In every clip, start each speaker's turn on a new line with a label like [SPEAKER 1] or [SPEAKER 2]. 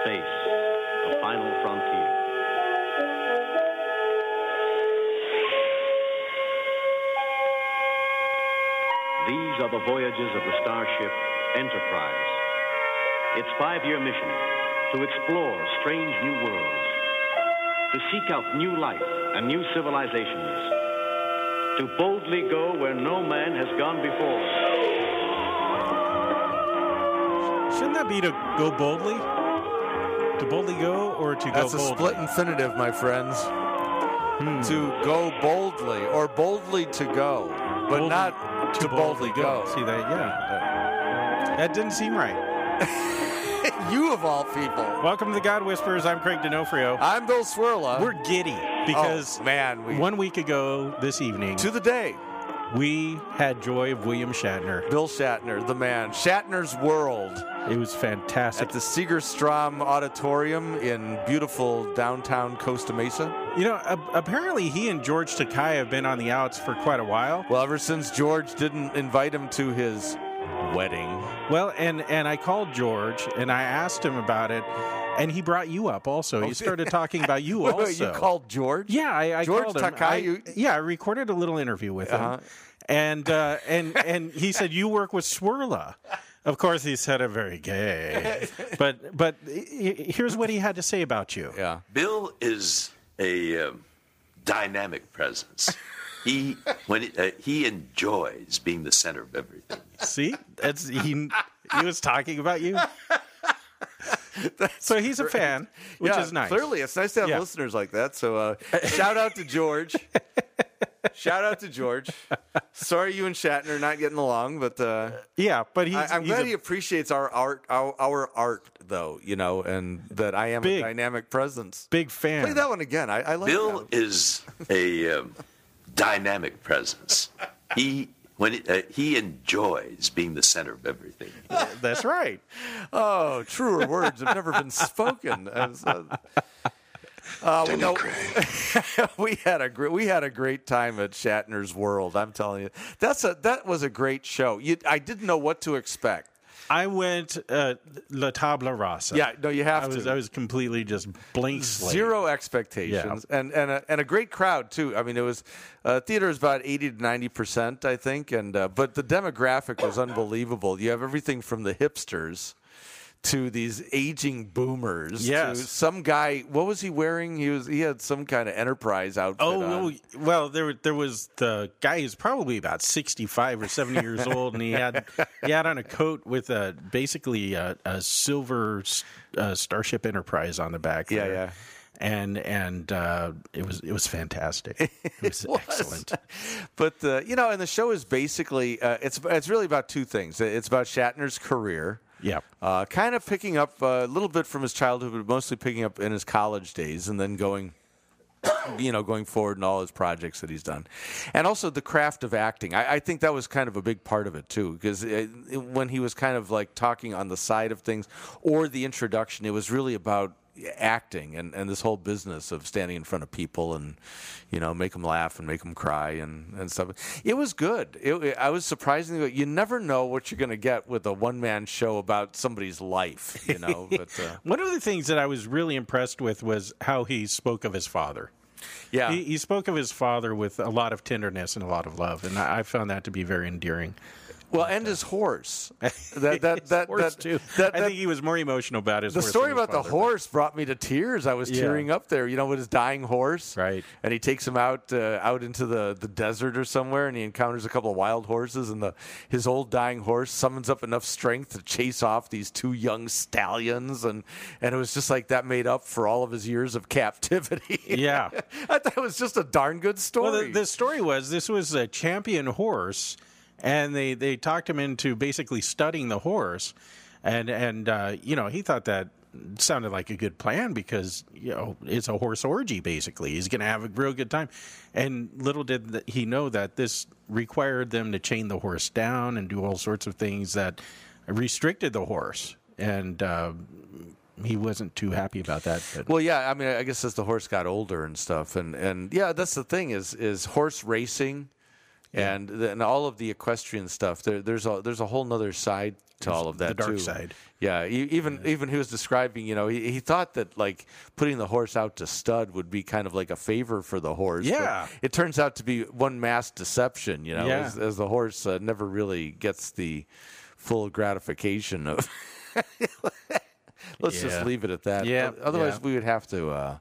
[SPEAKER 1] Space, the final frontier. These are the voyages of the starship Enterprise. Its five year mission to explore strange new worlds, to seek out new life and new civilizations, to boldly go where no man has gone before.
[SPEAKER 2] Shouldn't that be to go boldly? To boldly go or to
[SPEAKER 3] That's
[SPEAKER 2] go
[SPEAKER 3] a
[SPEAKER 2] boldly?
[SPEAKER 3] split infinitive, my friends. To go boldly or boldly to go, but
[SPEAKER 2] Boldly-
[SPEAKER 3] not to boldly, go.
[SPEAKER 2] See that? Yeah. That, that didn't seem right.
[SPEAKER 3] you of all people.
[SPEAKER 2] Welcome to The God Whisperers. I'm Craig D'Onofrio.
[SPEAKER 3] I'm Bill Swirla.
[SPEAKER 2] We're giddy because
[SPEAKER 3] Uh-huh. Oh, man, we-
[SPEAKER 2] one week ago this evening,
[SPEAKER 3] to the day.
[SPEAKER 2] we had joy of William Shatner.
[SPEAKER 3] Bill Shatner, the man. Shatner's World
[SPEAKER 2] It was fantastic.
[SPEAKER 3] at the Segerstrom Auditorium in beautiful downtown Costa Mesa.
[SPEAKER 2] you know, a- apparently he and George Takai have been on the outs for quite a while.
[SPEAKER 3] Well, ever since George didn't invite him to his wedding.
[SPEAKER 2] Well, and and I called George and I asked him about it, and he brought you up also. He started talking about you
[SPEAKER 3] Oh, Wait,
[SPEAKER 2] also.
[SPEAKER 3] wait, you called George?
[SPEAKER 2] Yeah, I, I
[SPEAKER 3] George
[SPEAKER 2] called him.
[SPEAKER 3] Takei,
[SPEAKER 2] I-
[SPEAKER 3] you-
[SPEAKER 2] yeah, I recorded a little interview with
[SPEAKER 3] Uh-huh.
[SPEAKER 2] him, and uh, and and he said you work with Swirla. Of course, he said it very gay, but but he- he- here's what he had to say about you.
[SPEAKER 3] Yeah.
[SPEAKER 4] Bill is a um, dynamic presence. He when he, uh, he enjoys being the center of everything.
[SPEAKER 2] See, that's he. He was talking about you. so he's a fan, which
[SPEAKER 3] Yeah,
[SPEAKER 2] is nice.
[SPEAKER 3] Clearly, it's nice to have
[SPEAKER 2] Yeah.
[SPEAKER 3] listeners like that. So, uh, shout out to George. shout out to George. Sorry, you and Shatner not getting along, but uh,
[SPEAKER 2] yeah. But he's,
[SPEAKER 3] I, am
[SPEAKER 2] he's
[SPEAKER 3] glad
[SPEAKER 2] a-
[SPEAKER 3] he appreciates our art, our, our art, though. You know, and that I am
[SPEAKER 2] Big.
[SPEAKER 3] a dynamic presence.
[SPEAKER 2] big fan.
[SPEAKER 3] Play that one again. I, I like that.
[SPEAKER 4] Bill
[SPEAKER 3] one.
[SPEAKER 4] is a um, dynamic presence. He when he, uh, he enjoys being the center of everything.
[SPEAKER 2] That's right.
[SPEAKER 3] Oh, truer words have never been spoken. As, uh, uh, we, know- we had a great we had a great time at Shatner's World. I'm telling you, that's a that was a great show. You, I didn't know what to expect.
[SPEAKER 2] I went uh, La Tabla Rasa.
[SPEAKER 3] Yeah, no, you have
[SPEAKER 2] I was,
[SPEAKER 3] to.
[SPEAKER 2] I was completely just blank slate.
[SPEAKER 3] Zero expectations, and and a, and a great crowd too. I mean, it was uh, theater is about eighty to ninety percent, I think, and uh, but the demographic was unbelievable. You have everything from the hipsters to these aging boomers.
[SPEAKER 2] Yes.
[SPEAKER 3] to some guy. What was he wearing? He was he had some kind of enterprise outfit.
[SPEAKER 2] Oh,
[SPEAKER 3] on.
[SPEAKER 2] well, well, there there was the guy who's probably about sixty five or seventy years old, and he had he had on a coat with a basically a, a silver uh, Starship Enterprise on the back.
[SPEAKER 3] Yeah,
[SPEAKER 2] there.
[SPEAKER 3] yeah.
[SPEAKER 2] And and uh, it was it was fantastic. It was, excellent.
[SPEAKER 3] But uh, you know, and the show is basically uh, it's it's really about two things. It's about Shatner's career.
[SPEAKER 2] Yeah.
[SPEAKER 3] Uh, kind of picking up a little bit from his childhood, but mostly picking up in his college days, and then going, you know, going forward in all his projects that he's done, and also the craft of acting. I, I think that was kind of a big part of it too, because when he was kind of like talking on the side of things or the introduction, it was really about acting and, and this whole business of standing in front of people and you know make them laugh and make them cry and, and stuff it was good it, it- i was surprisingly good. you never know what you're going to get with a one-man show about somebody's life you know but uh,
[SPEAKER 2] One of the things that I was really impressed with was how he spoke of his father.
[SPEAKER 3] yeah
[SPEAKER 2] He, he spoke of his father with a lot of tenderness and a lot of love, and I, I found that to be very endearing.
[SPEAKER 3] well and his horse that that
[SPEAKER 2] His
[SPEAKER 3] that,
[SPEAKER 2] horse,
[SPEAKER 3] that,
[SPEAKER 2] too.
[SPEAKER 3] that-
[SPEAKER 2] I
[SPEAKER 3] that-
[SPEAKER 2] think he was more emotional about his.
[SPEAKER 3] the
[SPEAKER 2] horse
[SPEAKER 3] story
[SPEAKER 2] than his
[SPEAKER 3] about the
[SPEAKER 2] father, but-
[SPEAKER 3] horse brought me to tears. I was
[SPEAKER 2] Yeah.
[SPEAKER 3] tearing up there, you know, with his dying horse.
[SPEAKER 2] Right.
[SPEAKER 3] And he takes him out uh, out into the, the desert or somewhere, and he encounters a couple of wild horses, and the his old dying horse summons up enough strength to chase off these two young stallions, and and it was just like that made up for all of his years of captivity.
[SPEAKER 2] Yeah.
[SPEAKER 3] I thought it was just a darn good story.
[SPEAKER 2] Well, the, the story was this was a champion horse, and they they talked him into basically studying the horse, and and uh, you know he thought that sounded like a good plan because you know it's a horse orgy basically. He's going to have a real good time, and little did th- he know that this required them to chain the horse down and do all sorts of things that restricted the horse, and uh, he wasn't too happy about that. But
[SPEAKER 3] Well, yeah, I mean, I guess as the horse got older and stuff, and and yeah, that's the thing is is horse racing, and the, and all of the equestrian stuff. There, there's a there's a whole nother side to all of that.
[SPEAKER 2] dark
[SPEAKER 3] too.
[SPEAKER 2] side.
[SPEAKER 3] Yeah, e- even even he was describing, you know, he, he thought that like putting the horse out to stud would be kind of like a favor for the horse. but
[SPEAKER 2] Yeah.
[SPEAKER 3] it turns out to be one mass deception. You know,
[SPEAKER 2] Yeah.
[SPEAKER 3] as, as the horse uh, never really gets the full gratification of. Let's just
[SPEAKER 2] Yeah.
[SPEAKER 3] leave it at that.
[SPEAKER 2] Yeah,
[SPEAKER 3] O- Otherwise,
[SPEAKER 2] yeah.
[SPEAKER 3] we would have to uh,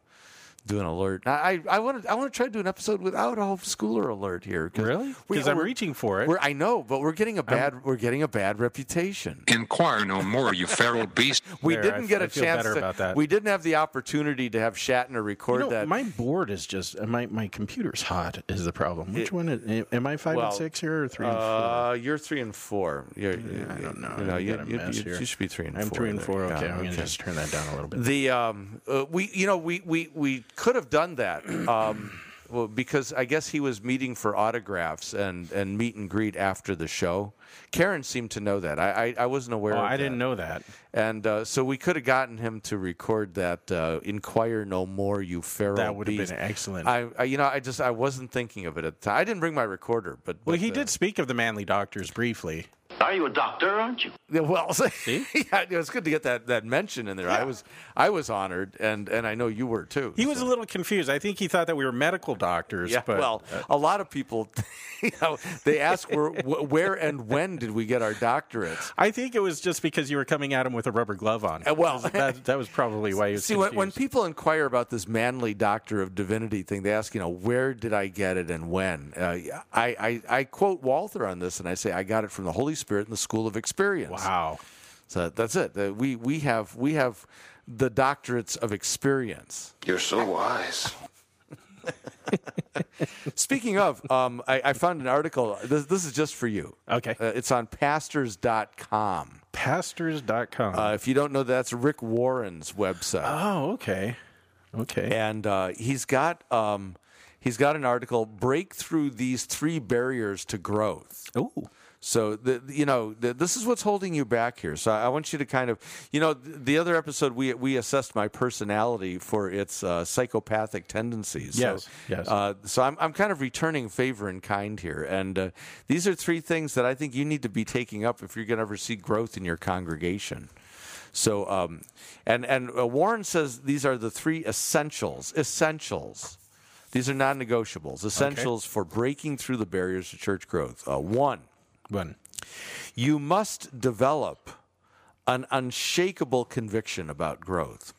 [SPEAKER 3] do an alert. I I want to I want to try to do an episode without a homeschooler alert here.
[SPEAKER 2] Really?
[SPEAKER 3] we-
[SPEAKER 2] Because I'm
[SPEAKER 3] we're-
[SPEAKER 2] reaching for it.
[SPEAKER 3] We're, I know, but we're getting a bad we're getting a bad reputation.
[SPEAKER 5] Inquire no more, you feral beast.
[SPEAKER 3] We
[SPEAKER 2] There, I
[SPEAKER 3] didn't
[SPEAKER 2] f-
[SPEAKER 3] get
[SPEAKER 2] I
[SPEAKER 3] a
[SPEAKER 2] feel
[SPEAKER 3] chance
[SPEAKER 2] better
[SPEAKER 3] to,
[SPEAKER 2] about that.
[SPEAKER 3] We didn't have the opportunity to have Shatner record
[SPEAKER 2] You know,
[SPEAKER 3] that.
[SPEAKER 2] my board is just uh, my my computer's hot is the problem. Which one is, am I five
[SPEAKER 3] well,
[SPEAKER 2] and six here or three and four?
[SPEAKER 3] uh, you're three and four. You're, I don't
[SPEAKER 2] know.
[SPEAKER 3] You, know,
[SPEAKER 2] I
[SPEAKER 3] you,
[SPEAKER 2] got a
[SPEAKER 3] you-
[SPEAKER 2] mess
[SPEAKER 3] you-
[SPEAKER 2] here.
[SPEAKER 3] you should be three and
[SPEAKER 2] I'm
[SPEAKER 3] four.
[SPEAKER 2] three and
[SPEAKER 3] there.
[SPEAKER 2] four.
[SPEAKER 3] Yeah,
[SPEAKER 2] Okay, I'm gonna just turn that down a little bit.
[SPEAKER 3] The um, uh, we you know we we we could have done that. Um, well, because I guess he was meeting for autographs and and meet and greet after the show. Karen seemed to know that. I I, I wasn't aware.
[SPEAKER 2] Oh,
[SPEAKER 3] of
[SPEAKER 2] I
[SPEAKER 3] that.
[SPEAKER 2] didn't know that.
[SPEAKER 3] And uh, so we could have gotten him to record that. Uh, Inquire no more, you feral.
[SPEAKER 2] That would have
[SPEAKER 3] beast.
[SPEAKER 2] been excellent.
[SPEAKER 3] I, I you know I just I wasn't thinking of it at the time. I didn't bring my recorder, but,
[SPEAKER 2] Well,
[SPEAKER 3] but,
[SPEAKER 2] he
[SPEAKER 3] uh,
[SPEAKER 2] did speak of the manly doctors briefly.
[SPEAKER 1] Are you a doctor, aren't you?
[SPEAKER 3] Yeah, well, yeah, it's good to get that, that mention in there. I was I was honored, and, and I know you were too.
[SPEAKER 2] He was
[SPEAKER 3] so.
[SPEAKER 2] a little confused. I think he thought that we were medical doctors.
[SPEAKER 3] Yeah,
[SPEAKER 2] but,
[SPEAKER 3] well, a lot of people, you know, they ask where, wh- where and when did we get our doctorates?
[SPEAKER 2] I think it was just because you were coming at him with a rubber glove on.
[SPEAKER 3] Uh, well-
[SPEAKER 2] that, that was probably why he was
[SPEAKER 3] See, when,
[SPEAKER 2] confused.
[SPEAKER 3] when people inquire about this manly doctor of divinity thing, they ask, you know, where did I get it and when? Uh, I, I, I quote Walther on this, and I say, I got it from the Holy Spirit in the School of Experience.
[SPEAKER 2] wow,
[SPEAKER 3] So that's it. Uh, we, we have we have the doctorates of experience.
[SPEAKER 6] You're so wise.
[SPEAKER 3] Speaking of, um, I, I found an article. This, this is just for you.
[SPEAKER 2] Okay.
[SPEAKER 3] Uh, it's on pastors.com.
[SPEAKER 2] pastors.com.
[SPEAKER 3] Uh, if you don't know, that's Rick Warren's website.
[SPEAKER 2] oh, okay, okay.
[SPEAKER 3] And uh, he's got um, he's got an article, Break Through These Three Barriers to Growth.
[SPEAKER 2] Ooh,
[SPEAKER 3] So the, you know the, this is what's holding you back here. So I want you to kind of you know th- the other episode we we assessed my personality for its uh, psychopathic tendencies.
[SPEAKER 2] Yes,
[SPEAKER 3] so,
[SPEAKER 2] yes.
[SPEAKER 3] Uh, so I'm I'm kind of returning favor in kind here, and uh, these are three things that I think you need to be taking up if you're going to ever see growth in your congregation. So um, and and uh, Warren says these are the three essentials. Essentials. These are non-negotiables. Essentials for breaking through the barriers to church growth. Uh, one
[SPEAKER 2] one.
[SPEAKER 3] you must develop an unshakable conviction about growth.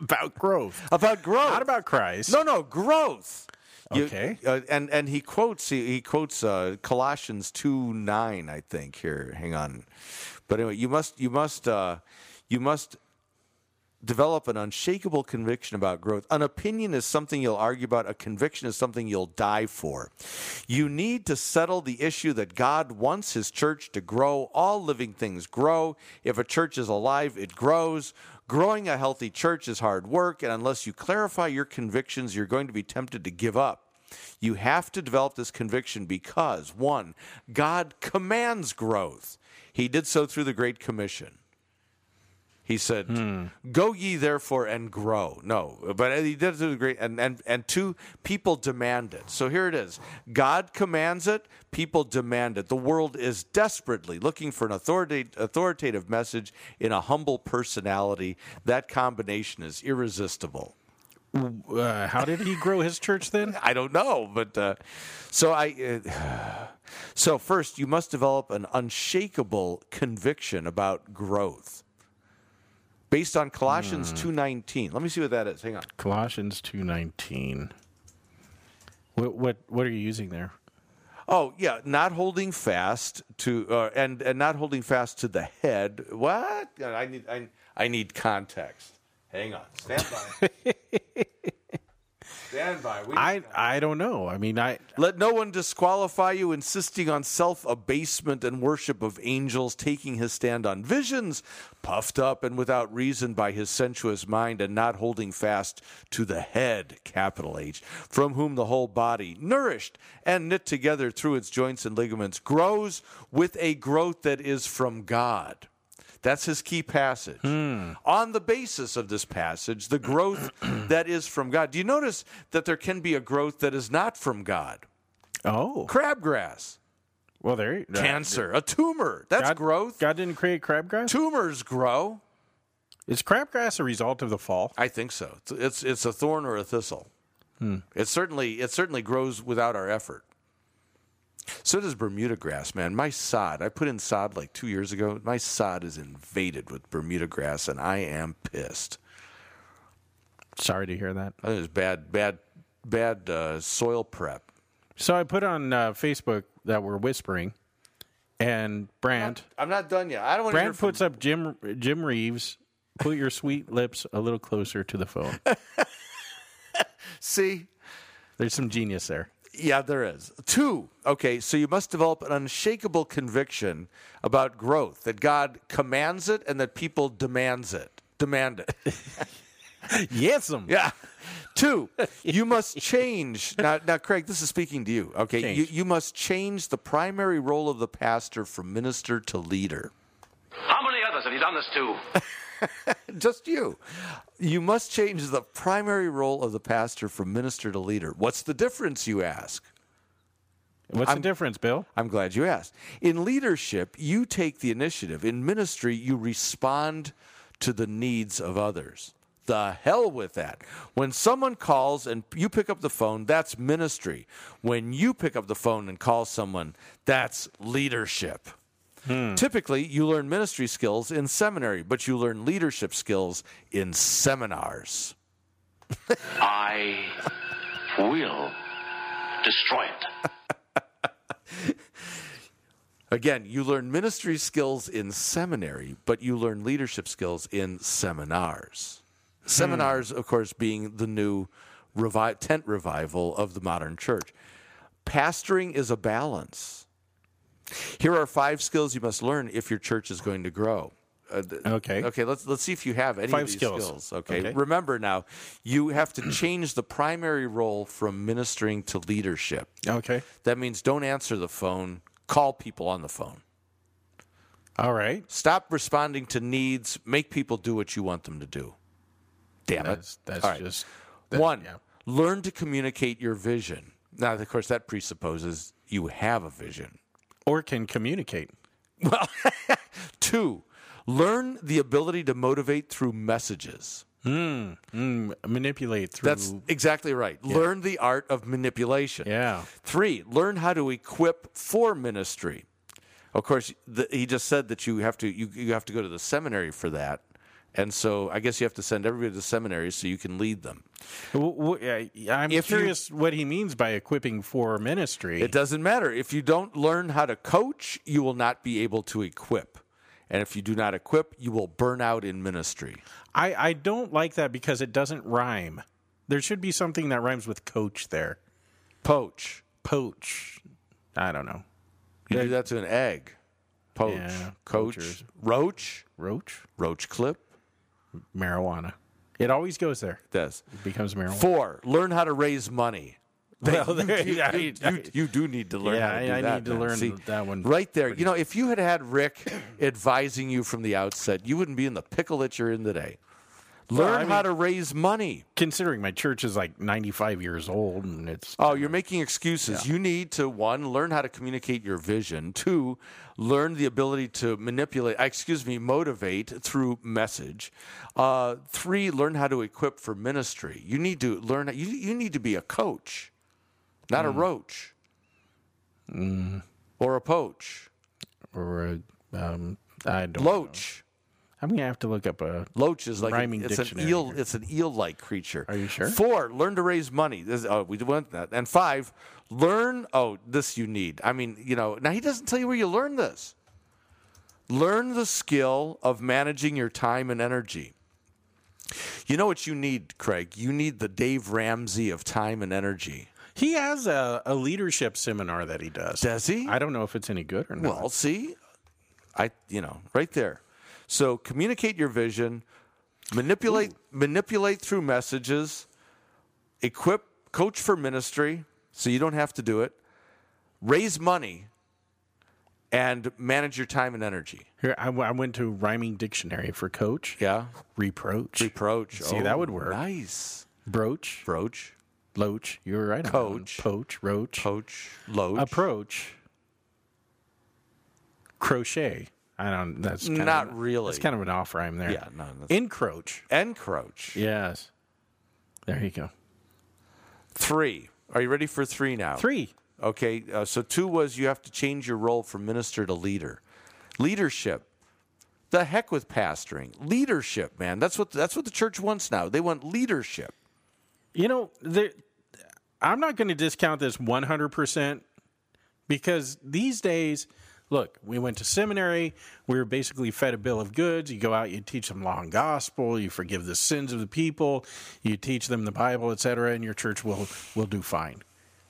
[SPEAKER 2] About growth,
[SPEAKER 3] About growth.
[SPEAKER 2] not about Christ.
[SPEAKER 3] No, no, growth. You-
[SPEAKER 2] Okay.
[SPEAKER 3] uh, and and he quotes he, he quotes uh, Colossians two nine I think here. Hang on, but anyway, you must you must uh, you must develop an unshakable conviction about growth. An opinion is something you'll argue about. A conviction is something you'll die for. You need to settle the issue that God wants His church to grow. All living things grow. If a church is alive, it grows. Growing a healthy church is hard work, and unless you clarify your convictions, you're going to be tempted to give up. You have to develop this conviction because, one, God commands growth. He did so through the Great Commission. He said, "Go ye therefore and grow." No, but he did it to the great and and and two people demand it. So here it is: God commands it, people demand it. The world is desperately looking for an authoritative authoritative message in a humble personality. That combination is irresistible.
[SPEAKER 2] Uh, how did he grow his church then?
[SPEAKER 3] I don't know, but uh, so I. Uh, so first, you must develop an unshakable conviction about growth, based on Colossians two nineteen. Let me see what that is. Hang on.
[SPEAKER 2] Colossians two nineteen. What what what are you using there?
[SPEAKER 3] Oh yeah, not holding fast to uh, and and not holding fast to the head. What? God, I need I, I need context. Hang on. Stand by.
[SPEAKER 6] Stand by. We
[SPEAKER 2] I I don't know. I mean, I
[SPEAKER 3] Let no one disqualify you, insisting on self abasement and worship of angels, taking his stand on visions, puffed up and without reason by his sensuous mind, and not holding fast to the head, capital H, from whom the whole body, nourished and knit together through its joints and ligaments, grows with a growth that is from God. That's his key passage. On the basis of this passage, the growth that is from God. Do you notice that there can be a growth that is not from God?
[SPEAKER 2] oh
[SPEAKER 3] Crabgrass,
[SPEAKER 2] well there you-
[SPEAKER 3] cancer, a tumor. That's
[SPEAKER 2] God,
[SPEAKER 3] growth.
[SPEAKER 2] God didn't create crabgrass.
[SPEAKER 3] Tumors grow.
[SPEAKER 2] Is crabgrass a result of the fall?
[SPEAKER 3] I think so. It's it's, it's a thorn or a thistle.
[SPEAKER 2] Hmm.
[SPEAKER 3] It certainly it certainly grows without our effort. So does Bermuda grass, man. My sod, I put in sod like two years ago. My sod is invaded with Bermuda grass, and I am pissed.
[SPEAKER 2] Sorry to hear that.
[SPEAKER 3] I think it's bad, bad, bad uh, soil prep.
[SPEAKER 2] So I put on uh, Facebook that we're whispering, and Brandt
[SPEAKER 3] I'm not done yet. I don't want to hear
[SPEAKER 2] Brandt
[SPEAKER 3] from.
[SPEAKER 2] puts up Jim Jim Reeves. Put your sweet lips a little closer to the phone.
[SPEAKER 3] See,
[SPEAKER 2] There's some genius there.
[SPEAKER 3] Yeah, there is. Two, okay, so you must develop an unshakable conviction about growth that God commands it and that people demands it. Demand it.
[SPEAKER 2] Yes, um,
[SPEAKER 3] Yeah. Two, you must change. Now, now, Craig, this is speaking to you. Okay, you,
[SPEAKER 2] Change.
[SPEAKER 3] you must change the primary role of the pastor from minister to leader.
[SPEAKER 1] How many others have you done this to?
[SPEAKER 3] Just you. You must change the primary role of the pastor from minister to leader. What's the difference, you ask?
[SPEAKER 2] What's the difference, Bill?
[SPEAKER 3] I'm glad you asked. In leadership, you take the initiative. In ministry, you respond to the needs of others. The hell with that. When someone calls and you pick up the phone, that's ministry. When you pick up the phone and call someone, that's leadership. Typically, you learn ministry skills in seminary, but you learn leadership skills in seminars.
[SPEAKER 1] I will destroy it.
[SPEAKER 3] Again, you learn ministry skills in seminary, but you learn leadership skills in seminars.
[SPEAKER 2] Hmm.
[SPEAKER 3] Seminars, of course, being the new revi- tent revival of the modern church. Pastoring is a balance. Here are five skills you must learn if your church is going to grow. Uh, th-
[SPEAKER 2] Okay.
[SPEAKER 3] Okay, let's let's see if you have any of
[SPEAKER 2] Five
[SPEAKER 3] these skills.
[SPEAKER 2] skills.
[SPEAKER 3] Okay.
[SPEAKER 2] Okay.
[SPEAKER 3] Remember now, you have to change the primary role from ministering to leadership.
[SPEAKER 2] Okay.
[SPEAKER 3] That means don't answer the phone, call people on the phone.
[SPEAKER 2] All right.
[SPEAKER 3] Stop responding to needs. Make people do what you want them to do. Damn
[SPEAKER 2] That's,
[SPEAKER 3] it.
[SPEAKER 2] that's
[SPEAKER 3] All right.
[SPEAKER 2] just
[SPEAKER 3] One,
[SPEAKER 2] yeah.
[SPEAKER 3] learn to communicate your vision. Now, of course, that presupposes you have a vision.
[SPEAKER 2] or can communicate.
[SPEAKER 3] Well, two, learn the ability to motivate through messages.
[SPEAKER 2] manipulate through.
[SPEAKER 3] That's exactly right. Learn the art of manipulation.
[SPEAKER 2] Yeah.
[SPEAKER 3] Three, learn how to equip for ministry. Of course, the, he just said that you have to you, you have to go to the seminary for that, and so I guess you have to send everybody to seminary so you can lead them.
[SPEAKER 2] W- w- uh, I'm
[SPEAKER 3] If you-
[SPEAKER 2] curious what he means by equipping for ministry.
[SPEAKER 3] It doesn't matter if you don't learn how to coach, you will not be able to equip, and if you do not equip, you will burn out in ministry.
[SPEAKER 2] I, I don't like that because it doesn't rhyme. There should be something that rhymes with coach there.
[SPEAKER 3] Poach,
[SPEAKER 2] Poach. I don't know.
[SPEAKER 3] you do that to an egg. Poach,
[SPEAKER 2] Yeah,
[SPEAKER 3] coach,
[SPEAKER 2] poachers.
[SPEAKER 3] roach,
[SPEAKER 2] Roach?
[SPEAKER 3] roach clip.
[SPEAKER 2] Marijuana. It always goes there.
[SPEAKER 3] This.
[SPEAKER 2] It becomes marijuana.
[SPEAKER 3] Four, learn how to raise money.
[SPEAKER 2] Well,
[SPEAKER 3] you,
[SPEAKER 2] there-
[SPEAKER 3] do-
[SPEAKER 2] yeah,
[SPEAKER 3] you-
[SPEAKER 2] I-
[SPEAKER 3] you- you do need to learn
[SPEAKER 2] Yeah,
[SPEAKER 3] how to do
[SPEAKER 2] I- I
[SPEAKER 3] that.
[SPEAKER 2] need to
[SPEAKER 3] man.
[SPEAKER 2] learn
[SPEAKER 3] See,
[SPEAKER 2] that one
[SPEAKER 3] Right there. You know, if you had had Rick advising you from the outset, you wouldn't be in the pickle that you're in today. Learn
[SPEAKER 2] I
[SPEAKER 3] how
[SPEAKER 2] mean-
[SPEAKER 3] to raise money.
[SPEAKER 2] Considering my church is like 95 years old and it's.
[SPEAKER 3] Oh, you're making excuses. You need to one, learn how to communicate your vision. Two, learn the ability to manipulate. uh, Excuse me, motivate through message. Uh, three, learn how to equip for ministry. You need to learn. You you need to be a coach, not
[SPEAKER 2] Mm.
[SPEAKER 3] a roach,
[SPEAKER 2] Mm-hmm.
[SPEAKER 3] or a poach,
[SPEAKER 2] Or, uh, um, I don't know.
[SPEAKER 3] loach.
[SPEAKER 2] I'm going to have to look up a.
[SPEAKER 3] Loach is like an-
[SPEAKER 2] Rhyming
[SPEAKER 3] it's an
[SPEAKER 2] dictionary
[SPEAKER 3] eel.
[SPEAKER 2] here.
[SPEAKER 3] It's an eel-like creature.
[SPEAKER 2] Are you sure?
[SPEAKER 3] Four. Learn to raise money. This, oh, we went that. And five. Learn. Oh, this you need. I mean, you know. Now he doesn't tell you where you learn this. Learn the skill of managing your time and energy. You know what you need, Craig? You need the Dave Ramsey of time and energy.
[SPEAKER 2] He has a, a leadership seminar that he does.
[SPEAKER 3] Does he?
[SPEAKER 2] I don't know if it's any good or not.
[SPEAKER 3] Well, see, I you know right there. So communicate your vision, manipulate manipulate through messages, equip coach for ministry, so you don't have to do it. Raise money, and manage your time and energy.
[SPEAKER 2] Here, I, w- I went to rhyming dictionary for coach.
[SPEAKER 3] Yeah,
[SPEAKER 2] Reproach.
[SPEAKER 3] reproach.
[SPEAKER 2] See, that would work.
[SPEAKER 3] Nice,
[SPEAKER 2] Broach.
[SPEAKER 3] broach,
[SPEAKER 2] Loach. You were right. on that one.
[SPEAKER 3] Coach.
[SPEAKER 2] Poach. Roach.
[SPEAKER 3] poach, loach.
[SPEAKER 2] Approach. Crochet. I don't. That's kind
[SPEAKER 3] Not
[SPEAKER 2] of,
[SPEAKER 3] really.
[SPEAKER 2] That's kind of an off rhyme there.
[SPEAKER 3] Yeah, no, that's-
[SPEAKER 2] Encroach.
[SPEAKER 3] encroach.
[SPEAKER 2] Yes. There you go.
[SPEAKER 3] Three. Are you ready for three now?
[SPEAKER 2] Three.
[SPEAKER 3] Okay, uh, so two was you have to change your role from minister to leader. Leadership. The heck with pastoring. Leadership, man. That's what that's what the church wants now. They want leadership.
[SPEAKER 2] You know, there, I'm not going to discount this 100% because these days, look, we went to seminary. We were basically fed a bill of goods. You go out, you teach them law and gospel, you forgive the sins of the people, you teach them the Bible, etc., and your church will, will do fine.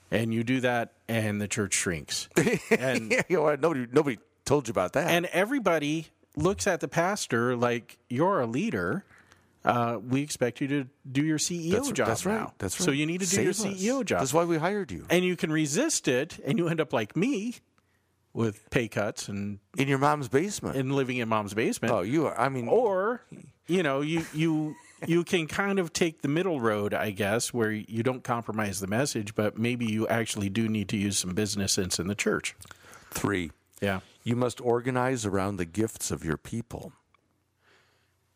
[SPEAKER 2] And you do that, and the church shrinks. And
[SPEAKER 3] Yeah, you know, nobody nobody told you about that.
[SPEAKER 2] and everybody looks at the pastor like you're a leader. Uh, we expect you to do your CEO
[SPEAKER 3] that's,
[SPEAKER 2] E job
[SPEAKER 3] that's right.
[SPEAKER 2] now.
[SPEAKER 3] That's right.
[SPEAKER 2] So you need to do your
[SPEAKER 3] Save us.
[SPEAKER 2] CEO job,
[SPEAKER 3] That's why we hired you.
[SPEAKER 2] and you can resist it, and you end up like me with pay cuts and
[SPEAKER 3] In your mom's basement.
[SPEAKER 2] and living in mom's basement.
[SPEAKER 3] oh, you are I mean
[SPEAKER 2] Or you know you you you can kind of take the middle road, I guess, where you don't compromise the message, but maybe you actually do need to use some business sense in the church.
[SPEAKER 3] three.
[SPEAKER 2] Yeah,
[SPEAKER 3] You must organize around the gifts of your people.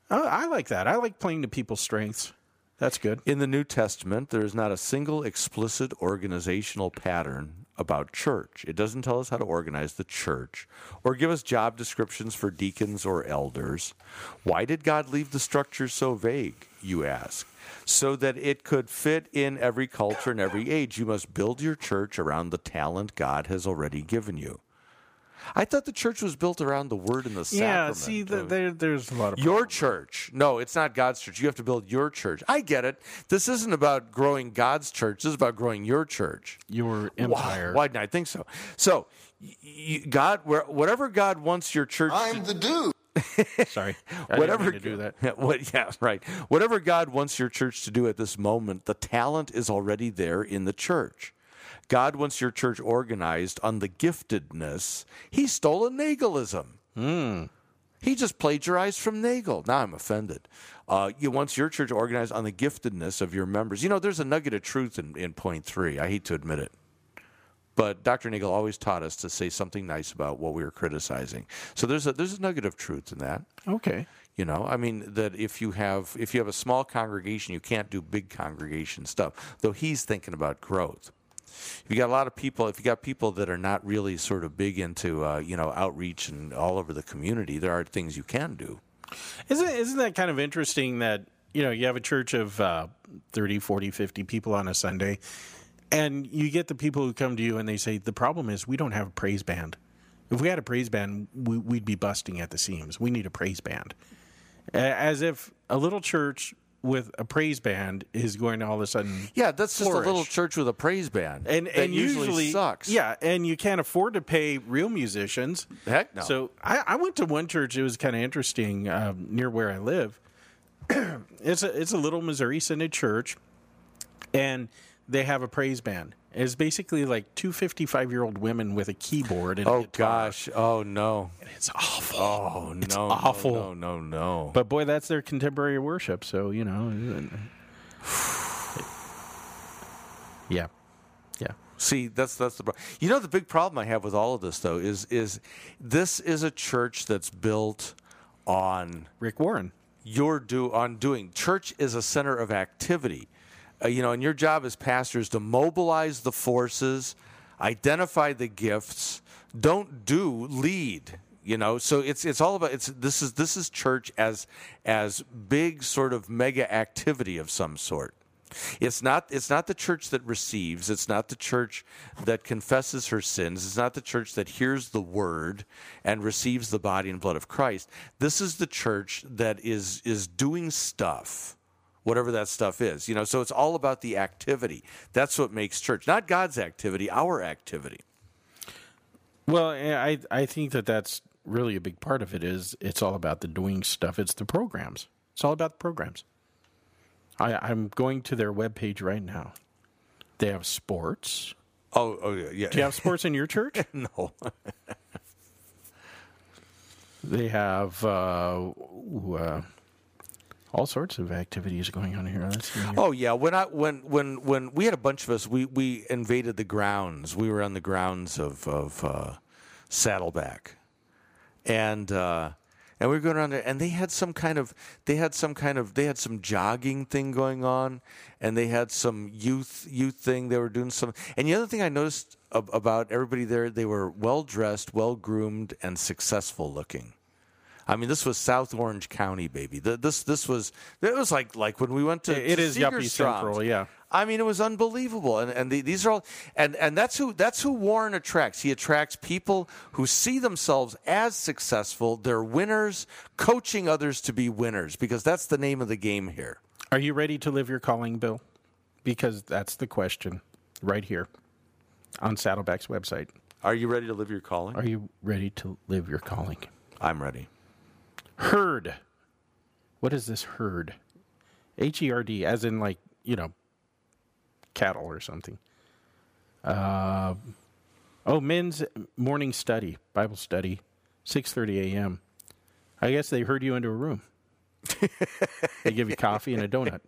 [SPEAKER 2] I, I like that. I like playing to people's strengths. That's good.
[SPEAKER 3] In the New Testament, there is not a single explicit organizational pattern about church. It doesn't tell us how to organize the church or give us job descriptions for deacons or elders. Why did God leave the structure so vague, you ask? So that it could fit in every culture and every age. You must build your church around the talent God has already given you. I thought the church was built around the word and the
[SPEAKER 2] Yeah,
[SPEAKER 3] sacrament.
[SPEAKER 2] see, th
[SPEAKER 3] of-
[SPEAKER 2] there, there's a lot of
[SPEAKER 3] your church. No, it's not God's church. You have to build your church. I get it. This isn't about growing God's church. This is about growing your church.
[SPEAKER 2] your
[SPEAKER 3] Why, why didn't I think so? So, y- y- God, where, whatever God wants your church,
[SPEAKER 6] I'm the dude.
[SPEAKER 2] Sorry,
[SPEAKER 3] whatever
[SPEAKER 2] to do that.
[SPEAKER 3] Yeah, what, yeah, right. Whatever God wants your church to do at this moment, the talent is already there in the church. God wants your church organized on the giftedness. He stole a Nagalism.
[SPEAKER 2] Hmm.
[SPEAKER 3] He just plagiarized from Nagel. Now I'm offended. Uh, you wants your church organized on the giftedness of your members. You know, there's a nugget of truth in, in point three. I hate to admit it. But Dr. Nagel always taught us to say something nice about what we were criticizing. So there's a, there's a nugget of truth in that.
[SPEAKER 2] Okay,
[SPEAKER 3] You know, I mean that if you have if you have a small congregation, you can't do big congregation stuff. Though he's thinking about growth. If you got a lot of people, if you got people that are not really sort of big into uh, you know outreach and all over the community, there are things you can do.
[SPEAKER 2] isn't isn't that kind of interesting that you know you have a church of uh, 30, 40, 50 people on a Sunday, and you get the people who come to you and they say the problem is we don't have a praise band. If we had a praise band, we, we'd be busting at the seams. We need a praise band, A- as if a little church with a praise band is going to all of a sudden
[SPEAKER 3] Yeah, that's just a little
[SPEAKER 2] Flourish.
[SPEAKER 3] church with a praise band,
[SPEAKER 2] and
[SPEAKER 3] that
[SPEAKER 2] and usually,
[SPEAKER 3] sucks.
[SPEAKER 2] Yeah, and you can't afford to pay real musicians.
[SPEAKER 3] Heck no.
[SPEAKER 2] So I, I went to one church. It was kind of interesting um, near where I live. it's a it's a little Missouri Synod church, and they have a praise band. It's basically like two 55 year old women with a keyboard and a
[SPEAKER 3] Oh
[SPEAKER 2] guitar.
[SPEAKER 3] gosh. Oh no.
[SPEAKER 2] it's awful.
[SPEAKER 3] Oh no. It's no,
[SPEAKER 2] awful.
[SPEAKER 3] No. No. No.
[SPEAKER 2] But boy, that's their contemporary worship. So you know, yeah, yeah.
[SPEAKER 3] See, that's that's the problem. You know, the big problem I have with all of this though is is this is a church that's built on
[SPEAKER 2] Rick Warren.
[SPEAKER 3] your do on doing. Church is a center of activity, uh, you know, and your job as pastor is to mobilize the forces, identify the gifts. Don't do lead. You know, so it's it's all about it's this is this is church as as big sort of mega activity of some sort. It's not it's not the church that receives, it's not the church that confesses her sins, it's not the church that hears the word and receives the body and blood of Christ. This is the church that is is doing stuff. Whatever that stuff is, you know, so it's all about the activity. That's what makes church, not God's activity, our activity.
[SPEAKER 2] Well, and I I think that that's really a big part of it is it's all about the doing stuff. It's the programs. It's all about the programs. I, I'm going to their webpage right now. They have sports.
[SPEAKER 3] Oh, oh yeah, yeah.
[SPEAKER 2] Do you have sports in your church?
[SPEAKER 3] no.
[SPEAKER 2] They have uh, ooh, uh, all sorts of activities going on here. Let's see here.
[SPEAKER 3] Oh yeah, when I when when when we had a bunch of us, we we invaded the grounds. We were on the grounds of of uh, Saddleback, and uh, and we were going around there, and they had some kind of they had some kind of they had some jogging thing going on, and they had some youth youth thing. They were doing some, and the other thing I noticed ab- about everybody there, they were well dressed, well groomed, and successful looking. I mean, this was South Orange County, baby. Th this this was it was like like when we went to
[SPEAKER 2] It is yuppie
[SPEAKER 3] Segerstrom's.
[SPEAKER 2] central, yeah.
[SPEAKER 3] I mean, it was unbelievable, and and the, these are all and and that's who that's who Warren attracts. He attracts people who see themselves as successful. They're winners, coaching others to be winners because that's the name of the game here.
[SPEAKER 2] Are you ready to live your calling, Bill? Because that's the question right here on Saddleback's website.
[SPEAKER 3] Are you ready to live your calling?
[SPEAKER 2] Are you ready to live your calling?
[SPEAKER 3] I'm ready.
[SPEAKER 2] Herd. What is this herd? H E R D, as in like, you know, cattle or something. Uh, oh, men's morning study, Bible study, 6.30 a.m. I guess they herd you into a room. they give you coffee and a donut.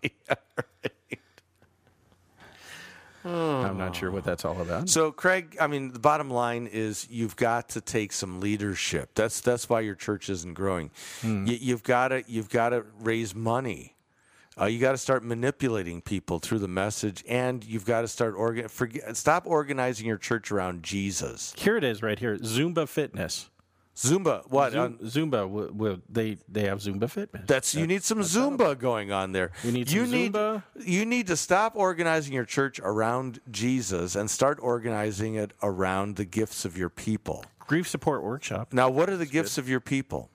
[SPEAKER 2] I'm not sure what that's all about.
[SPEAKER 3] So, Craig, I mean, the bottom line is you've got to take some leadership. That's that's why your church isn't growing.
[SPEAKER 2] Hmm.
[SPEAKER 3] You, you've got to you've got to raise money. Uh, you got to start manipulating people through the message, and you've got to start organ. Forget, stop organizing your church around Jesus.
[SPEAKER 2] Here it is, right here. Zumba Fitness.
[SPEAKER 3] Zumba, what?
[SPEAKER 2] Zum-
[SPEAKER 3] on-
[SPEAKER 2] Zumba. w w they they have Zumba Fitness.
[SPEAKER 3] that's you need some Zumba going on there.
[SPEAKER 2] We need
[SPEAKER 3] you
[SPEAKER 2] some
[SPEAKER 3] need
[SPEAKER 2] Zumba.
[SPEAKER 3] you need to stop organizing your church around Jesus and start organizing it around the gifts of your people.
[SPEAKER 2] grief support workshop.
[SPEAKER 3] Now, what are the gifts of your people?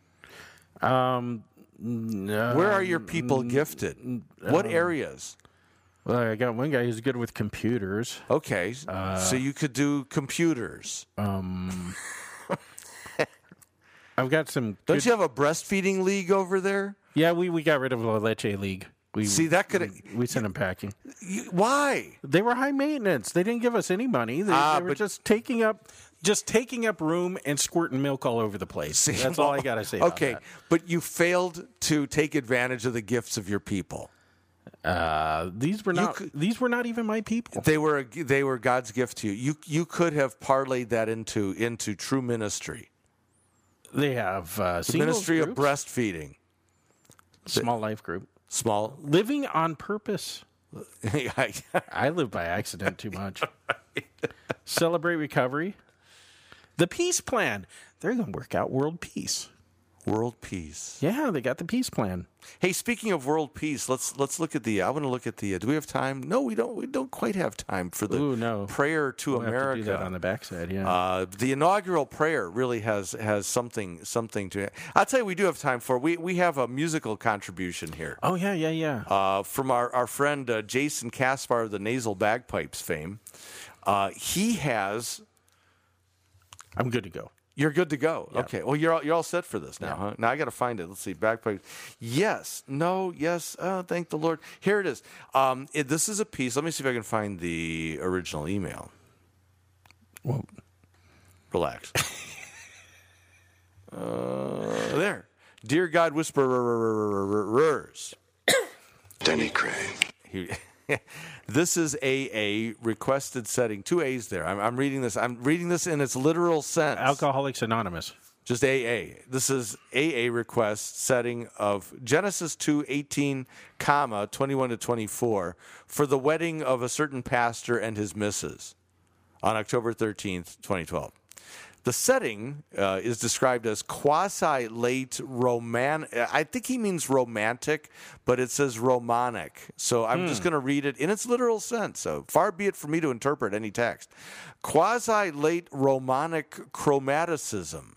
[SPEAKER 3] Um, Where are your people gifted? what
[SPEAKER 2] um,
[SPEAKER 3] areas?
[SPEAKER 2] Well, I got one guy who's good with computers.
[SPEAKER 3] Okay, so
[SPEAKER 2] uh,
[SPEAKER 3] you could do computers.
[SPEAKER 2] I've got some.
[SPEAKER 3] Don't
[SPEAKER 2] good-
[SPEAKER 3] you have a breastfeeding league over there?
[SPEAKER 2] yeah, we, we got rid of La Leche League. We
[SPEAKER 3] See, that could
[SPEAKER 2] we sent them packing.
[SPEAKER 3] you- why?
[SPEAKER 2] They were high maintenance. They didn't give us any money. They,
[SPEAKER 3] Ah,
[SPEAKER 2] they were
[SPEAKER 3] but-
[SPEAKER 2] just taking up just taking up room and squirting milk all over the place. That's all I gotta say. about
[SPEAKER 3] Okay,
[SPEAKER 2] that.
[SPEAKER 3] but you failed to take advantage of the gifts of your people.
[SPEAKER 2] Uh, these were not
[SPEAKER 3] could-
[SPEAKER 2] these were not even my people.
[SPEAKER 3] They were a, they were God's gift to you. You you could have parlayed that into into true ministry,
[SPEAKER 2] They have uh,
[SPEAKER 3] the
[SPEAKER 2] singles
[SPEAKER 3] ministry of
[SPEAKER 2] groups,
[SPEAKER 3] breastfeeding.
[SPEAKER 2] small life group,
[SPEAKER 3] Small,
[SPEAKER 2] living on purpose.
[SPEAKER 3] yeah,
[SPEAKER 2] I live by accident too much. Celebrate recovery. The peace plan. They're going to work out world peace.
[SPEAKER 3] world peace.
[SPEAKER 2] Yeah, they got the peace plan.
[SPEAKER 3] Hey, speaking of world peace, let's let's look at the. I want to look at the. uh, do we have time? No, we don't. We don't quite have time for the
[SPEAKER 2] Ooh, no.
[SPEAKER 3] prayer to
[SPEAKER 2] We'll have to do
[SPEAKER 3] America.
[SPEAKER 2] that on the backside. Yeah.
[SPEAKER 3] uh, the inaugural prayer really has has something something to. I'll tell you, we do have time for. We we have a musical contribution here
[SPEAKER 2] oh yeah, yeah, yeah.
[SPEAKER 3] uh, from our our friend uh, Jason Caspar of the Nasal Bagpipes fame. Uh, he has.
[SPEAKER 2] I'm good to go.
[SPEAKER 3] You're good to go. Okay. Well, you're all, you're all set for this now, huh? Now I got to find it. Let's see. Backpack. Yes. No. Yes. Uh, thank the Lord. Here it is. Um, it, this is a piece. Let me see if I can find the original email.
[SPEAKER 2] Well,
[SPEAKER 3] Relax. uh, there. Dear God, whisperers.
[SPEAKER 6] Denny Craig.
[SPEAKER 3] He- this is AA requested setting. Two A's there. I'm, I'm reading this. I'm reading this in its literal sense.
[SPEAKER 2] Alcoholics Anonymous.
[SPEAKER 3] just AA. This is AA request setting of Genesis 2 18, comma 21 to 24 for the wedding of a certain pastor and his missus on October 13th, 2012. The setting uh, is described as quasi late Roman. I think he means romantic, but it says Romanic. So I'm just going to read it in its literal sense. So far be it for me to interpret any text. Quasi late Romanic chromaticism.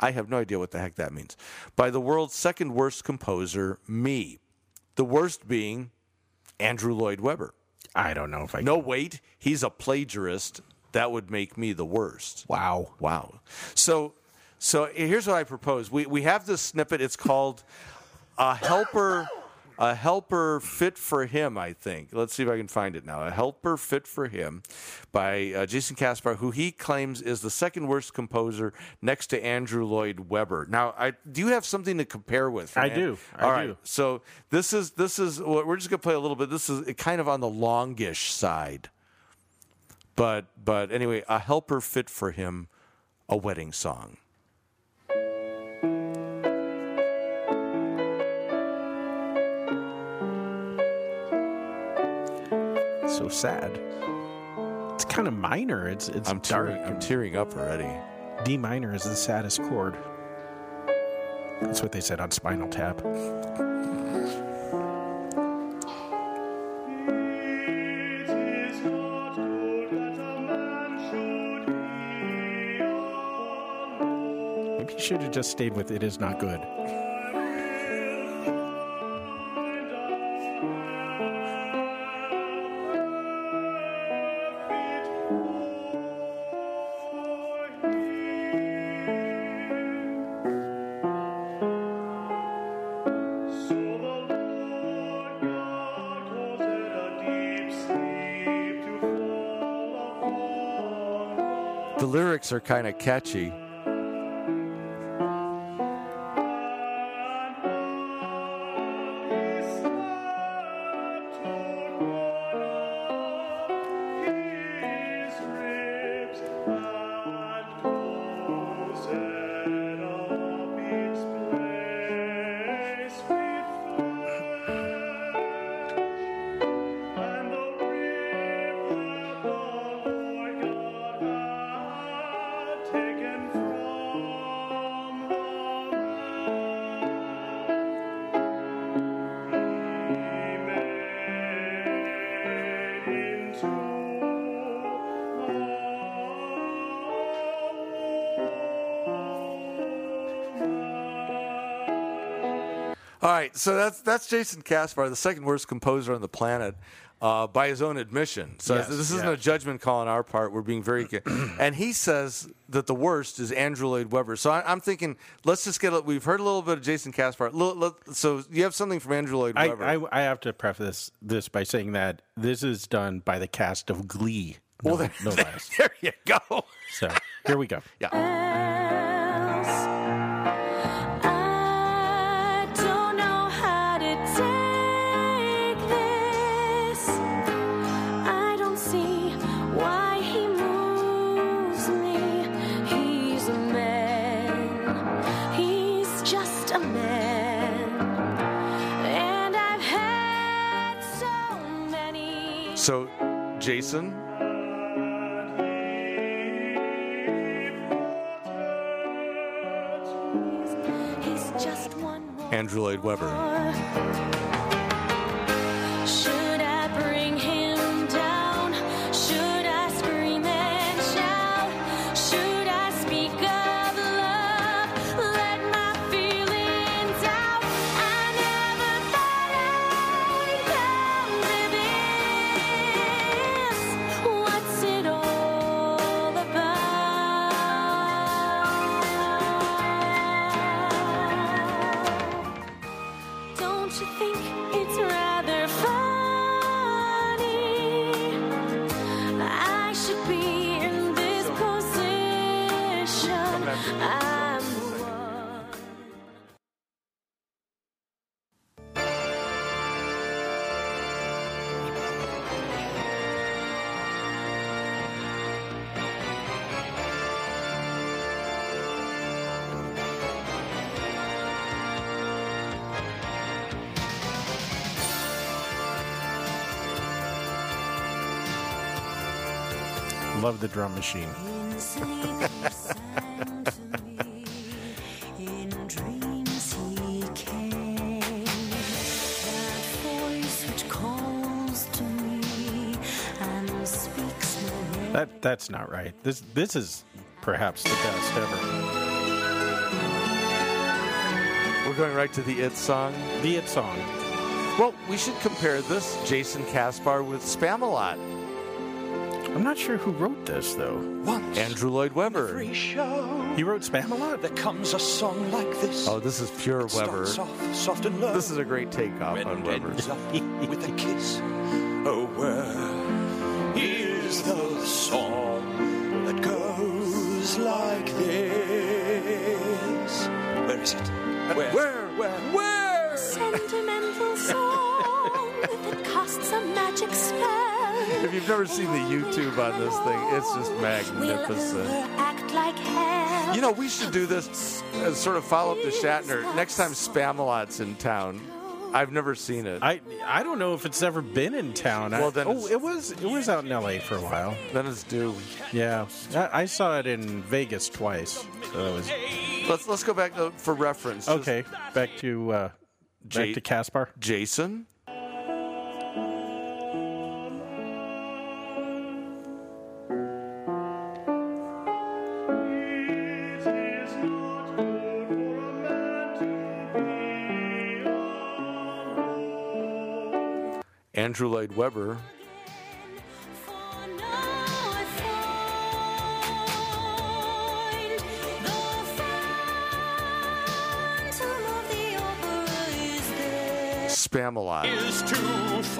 [SPEAKER 3] I have no idea what the heck that means. By the world's second worst composer, me. The worst being Andrew Lloyd Webber.
[SPEAKER 2] I don't know if I.
[SPEAKER 3] No, wait, he's a plagiarist. That would make me the worst.
[SPEAKER 2] Wow.
[SPEAKER 3] Wow. So, so here's what I propose. We we have this snippet. It's called a helper, a helper fit for him. I think. Let's see if I can find it now. A helper fit for him, by uh, Jason Kaspar, who he claims is the second worst composer next to Andrew Lloyd Webber. Now, I do you have something to compare with?
[SPEAKER 2] I
[SPEAKER 3] Fran?
[SPEAKER 2] do. I
[SPEAKER 3] All right.
[SPEAKER 2] do.
[SPEAKER 3] So this is this is what we're just gonna play a little bit. This is kind of on the longish side. But but anyway, a helper fit for him, a wedding song.
[SPEAKER 2] So sad. It's kind of minor. It's it's
[SPEAKER 3] I'm
[SPEAKER 2] dark.
[SPEAKER 3] tearing, I'm tearing up already.
[SPEAKER 2] D minor is the saddest chord. That's what they said on Spinal Tap. Maybe you should have just stayed with It Is Not Good.
[SPEAKER 3] The lyrics are kind of catchy. All right, so that's that's Jason Kaspar, the second worst composer on the planet, uh, by his own admission. So
[SPEAKER 2] Yes,
[SPEAKER 3] this isn't
[SPEAKER 2] yeah.
[SPEAKER 3] a judgment call on our part. We're being very good. and he says that the worst is Andrew Lloyd Webber. So I, I'm thinking, let's just get. A, we've heard a little bit of Jason Kaspar. Lo- lo- So you have something from Andrew Lloyd
[SPEAKER 2] I,
[SPEAKER 3] Webber.
[SPEAKER 2] I, I have to preface this by saying that this is done by the cast of Glee. No,
[SPEAKER 3] Well,
[SPEAKER 2] no less.
[SPEAKER 3] there you go.
[SPEAKER 2] So here we go.
[SPEAKER 3] So, Jason. Andrew Lloyd Webber.
[SPEAKER 7] Should I bring him down? Should I scream and shout? Should I speak of love? Let my feelings out. I never thought I'd come to this. What's it all about? Don't you think it's rather funny? I should be in this position. I'm the one.
[SPEAKER 2] Love the drum machine.
[SPEAKER 7] In sleep, silence.
[SPEAKER 2] That that's not right. This this is perhaps the best ever.
[SPEAKER 3] We're going right to the It song.
[SPEAKER 2] The It song.
[SPEAKER 3] Well, we should compare this Jason Kaspar with Spamalot.
[SPEAKER 2] I'm not sure who wrote this though.
[SPEAKER 3] Andrew Lloyd Webber.
[SPEAKER 2] He wrote Spam a lot.
[SPEAKER 3] Oh, this is pure Webber. This is a great takeoff on Webber.
[SPEAKER 8] Sentimental song that costs a magic spell.
[SPEAKER 3] If you've never seen the YouTube on this thing, it's just magnificent.
[SPEAKER 8] We'll act like hell.
[SPEAKER 3] You know, we should do this as sort of follow up to Shatner. Next time Spamalot's in town, I've never seen it.
[SPEAKER 2] I I don't know if it's ever been in town. I-
[SPEAKER 3] Well, then
[SPEAKER 2] oh,
[SPEAKER 3] it's-
[SPEAKER 2] it was it was out in L.A. for a while.
[SPEAKER 3] Then it's due.
[SPEAKER 2] Yeah, I, I saw it in Vegas twice. So that was
[SPEAKER 3] Let's let's go back uh, for reference. Just
[SPEAKER 2] okay. Back to uh,
[SPEAKER 3] J-
[SPEAKER 2] back to Caspar.
[SPEAKER 3] Jason. Andrew Lloyd Webber.
[SPEAKER 8] For no find the phantom of the opera is there.
[SPEAKER 3] Spamalot.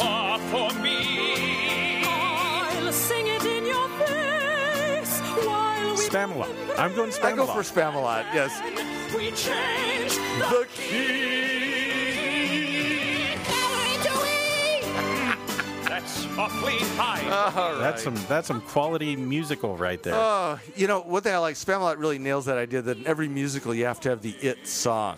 [SPEAKER 8] I'll sing it in your face while we
[SPEAKER 2] Spamalot. I'm going Spamalot.
[SPEAKER 3] I go for Spamalot. Yes.
[SPEAKER 8] we change
[SPEAKER 3] The key.
[SPEAKER 2] That's some that's some quality musical right there.
[SPEAKER 3] Oh, you know what thing I like? Spamalot really nails that idea that in every musical you have to have the it song.